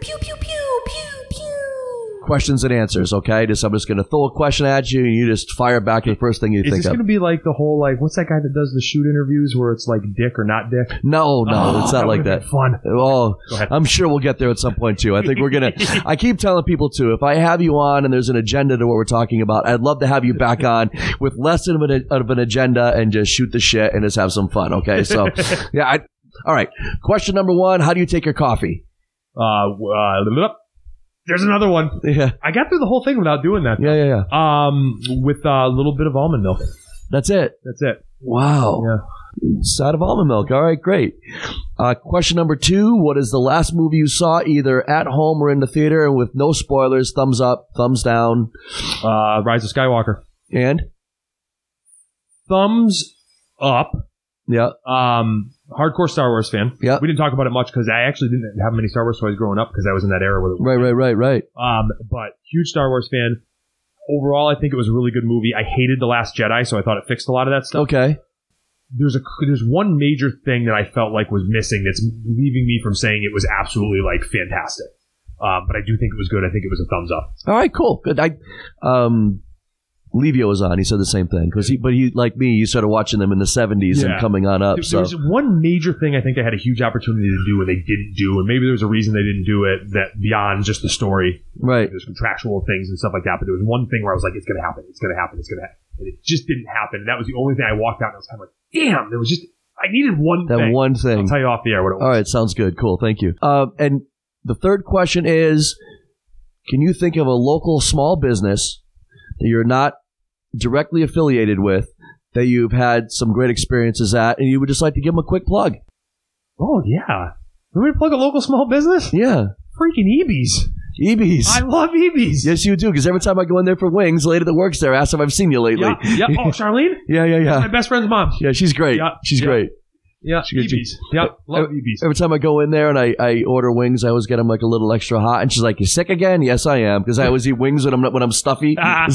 [SPEAKER 4] pew pew pew pew pew.
[SPEAKER 1] questions and answers. Okay. Just, I'm just going to throw a question at you, and you just fire back the first thing you
[SPEAKER 2] is
[SPEAKER 1] think
[SPEAKER 2] this
[SPEAKER 1] of.
[SPEAKER 2] going to be like the whole like what's that guy that does the shoot interviews where it's like dick or not dick?
[SPEAKER 1] no, no,
[SPEAKER 2] Oh.
[SPEAKER 1] it's not like that.
[SPEAKER 2] Fun.
[SPEAKER 1] Well,
[SPEAKER 2] Go ahead.
[SPEAKER 1] I'm sure we'll get there at some point too. I think we're gonna. I keep telling people too. If I have you on and there's an agenda to what we're talking about, I'd love to have you back on with less of an of an agenda and just shoot the shit and just have some fun. Okay, so yeah. I, all right. Question number one: How do you take your coffee?
[SPEAKER 2] Uh, uh, there's another one.
[SPEAKER 1] Yeah,
[SPEAKER 2] I got through the whole thing without doing that.
[SPEAKER 1] yeah, yeah, yeah.
[SPEAKER 2] Um, with a little bit of almond milk.
[SPEAKER 1] That's it.
[SPEAKER 2] That's it.
[SPEAKER 1] Wow. Side of almond milk. All right, great. Uh, question number two: What is the last movie you saw, either at home or in the theater, and with no spoilers? Thumbs up, thumbs down,
[SPEAKER 2] Uh, Rise of Skywalker.
[SPEAKER 1] and
[SPEAKER 2] Thumbs up.
[SPEAKER 1] yeah.
[SPEAKER 2] um, hardcore Star Wars fan.
[SPEAKER 1] Yeah.
[SPEAKER 2] We didn't talk about it much because I actually didn't have many Star Wars toys growing up because I was in that era with it.
[SPEAKER 1] Right, right, right, right.
[SPEAKER 2] Um, but huge Star Wars fan. Overall, I think it was a really good movie. I hated The Last Jedi, so I thought it fixed a lot of that stuff.
[SPEAKER 1] Okay.
[SPEAKER 2] There's a there's one major thing that I felt like was missing that's leaving me from saying it was absolutely like fantastic. Um, but I do think it was good. I think it was a thumbs up.
[SPEAKER 1] All right, cool. Good. I um Levio was on. He said the same thing because he, but he like me, he started watching them in the seventies and
[SPEAKER 2] Yeah.
[SPEAKER 1] coming on up.
[SPEAKER 2] There-
[SPEAKER 1] So
[SPEAKER 2] There's one major thing I think they had a huge opportunity to do and they didn't do, and maybe there was a reason they didn't do it that beyond just the story
[SPEAKER 1] right,
[SPEAKER 2] there's contractual things and stuff like that. But there was one thing where I was like, it's going to happen. It's going to happen. It's going to happen. And it just didn't happen. And that was the only thing I walked out and I was kind of like, damn, there was just, I needed one
[SPEAKER 1] that
[SPEAKER 2] thing.
[SPEAKER 1] one
[SPEAKER 2] I'll
[SPEAKER 1] thing.
[SPEAKER 2] tell you off the air what it was.
[SPEAKER 1] All right, sounds good. Cool. Thank you. Uh, and the third question is: Can you think of a local small business that you're not directly affiliated with that you've had some great experiences at, and you would just like to give them a quick plug?
[SPEAKER 2] Oh, yeah. You want me to plug a local small business?
[SPEAKER 1] Yeah,
[SPEAKER 2] Freaking EB's.
[SPEAKER 1] EB's.
[SPEAKER 2] I love E EB's.
[SPEAKER 1] Yes, you do. Because every time I go in there for wings, lady that works there asks if I've seen you lately.
[SPEAKER 2] Yeah, yeah. Oh, Charlene?
[SPEAKER 1] Yeah, yeah,
[SPEAKER 2] My
[SPEAKER 1] yeah.
[SPEAKER 2] best friend's mom.
[SPEAKER 1] Yeah, she's great.
[SPEAKER 2] Yeah,
[SPEAKER 1] she's
[SPEAKER 2] yeah.
[SPEAKER 1] great.
[SPEAKER 2] Yeah,
[SPEAKER 1] She gets you- Oh,
[SPEAKER 2] EB's. Yeah, love E EB's.
[SPEAKER 1] Every time I go in there and I, I order wings, I always get them like a little extra hot. And she's like, "You sick again?" Yes, I am. Because I always eat wings when I'm not, when I'm stuffy.
[SPEAKER 2] Ah.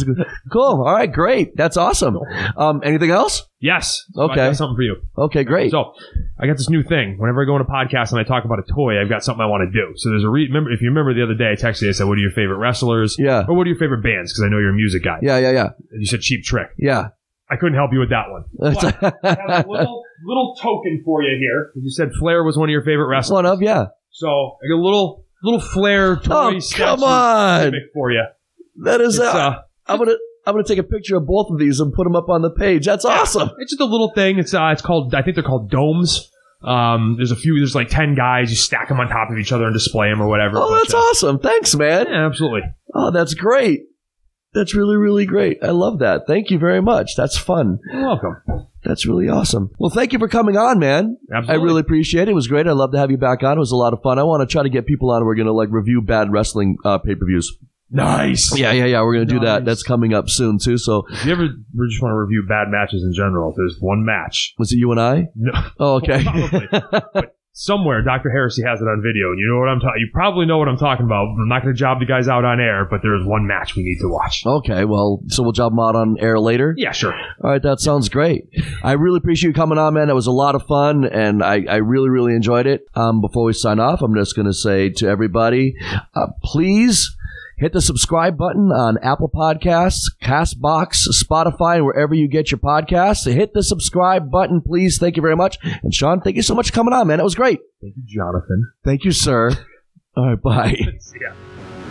[SPEAKER 1] Cool. All right, great. That's awesome. Um, anything else?
[SPEAKER 2] Yes. So I
[SPEAKER 1] Okay.
[SPEAKER 2] got something for you.
[SPEAKER 1] Okay, great.
[SPEAKER 2] So I got this new thing. Whenever I go on a podcast and I talk about a toy, I've got something I want to do. So there's a re- remember if you remember the other day I texted you I said, What are your favorite wrestlers?
[SPEAKER 1] Yeah.
[SPEAKER 2] Or what are your favorite bands? Because I know you're a music guy.
[SPEAKER 1] Yeah, yeah, yeah,
[SPEAKER 2] And you said Cheap Trick.
[SPEAKER 1] yeah.
[SPEAKER 2] I couldn't help you with that one. But I have a little little token for you here. You said Flair was one of your favorite
[SPEAKER 1] That's
[SPEAKER 2] wrestlers.
[SPEAKER 1] one of yeah.
[SPEAKER 2] So I got a little little Flair
[SPEAKER 1] Oh,
[SPEAKER 2] toy
[SPEAKER 1] come
[SPEAKER 2] statue
[SPEAKER 1] on.
[SPEAKER 2] gimmick for you.
[SPEAKER 1] That is.
[SPEAKER 2] It's,
[SPEAKER 1] Uh,
[SPEAKER 2] uh,
[SPEAKER 1] I'm gonna I'm gonna take a picture of both of these and put them up on the page. That's awesome.
[SPEAKER 2] it's just a little thing. It's uh, it's called I think they're called domes. Um, there's a few. There's like ten guys. You stack them on top of each other and display them or whatever.
[SPEAKER 1] Oh,
[SPEAKER 2] But,
[SPEAKER 1] that's
[SPEAKER 2] uh,
[SPEAKER 1] awesome. Thanks, man.
[SPEAKER 2] Yeah, absolutely.
[SPEAKER 1] Oh, that's great. That's really, really great. I love that. Thank you very much. That's fun.
[SPEAKER 2] You're welcome.
[SPEAKER 1] That's really awesome. Well, thank you for coming on, man. I
[SPEAKER 2] Absolutely.
[SPEAKER 1] really appreciate it. It was great. I love to have you back on. It was a lot of fun. I want to try to get people on. We're going to like review bad wrestling uh, pay per views.
[SPEAKER 2] nice.
[SPEAKER 1] Yeah, yeah, yeah. We're going to do that.
[SPEAKER 2] Nice.
[SPEAKER 1] That's coming up soon too. So
[SPEAKER 2] If you ever we just want to review bad matches in general, if there's one match.
[SPEAKER 1] was it you and I?
[SPEAKER 2] No.
[SPEAKER 1] Oh, okay.
[SPEAKER 2] Probably. but somewhere, Dr. Heresy has it on video, and you know what I'm talking. You probably know what I'm talking about. I'm not going to job the guys out on air, but there's one match we need to watch.
[SPEAKER 1] okay. Well, so we'll job them out on air later.
[SPEAKER 2] Yeah, sure.
[SPEAKER 1] All right, that sounds great. I really appreciate you coming on, man. It was a lot of fun, and I, I really, really enjoyed it. Um, before we sign off, I'm just going to say to everybody, uh, please hit the subscribe button on Apple Podcasts, Castbox, Spotify, and wherever you get your podcasts. Hit the subscribe button, please. Thank you very much. And Sean, thank you so much for coming on, man. It was great.
[SPEAKER 2] Thank you, Jonathan.
[SPEAKER 1] Thank you, sir. All right, bye.
[SPEAKER 2] Yeah.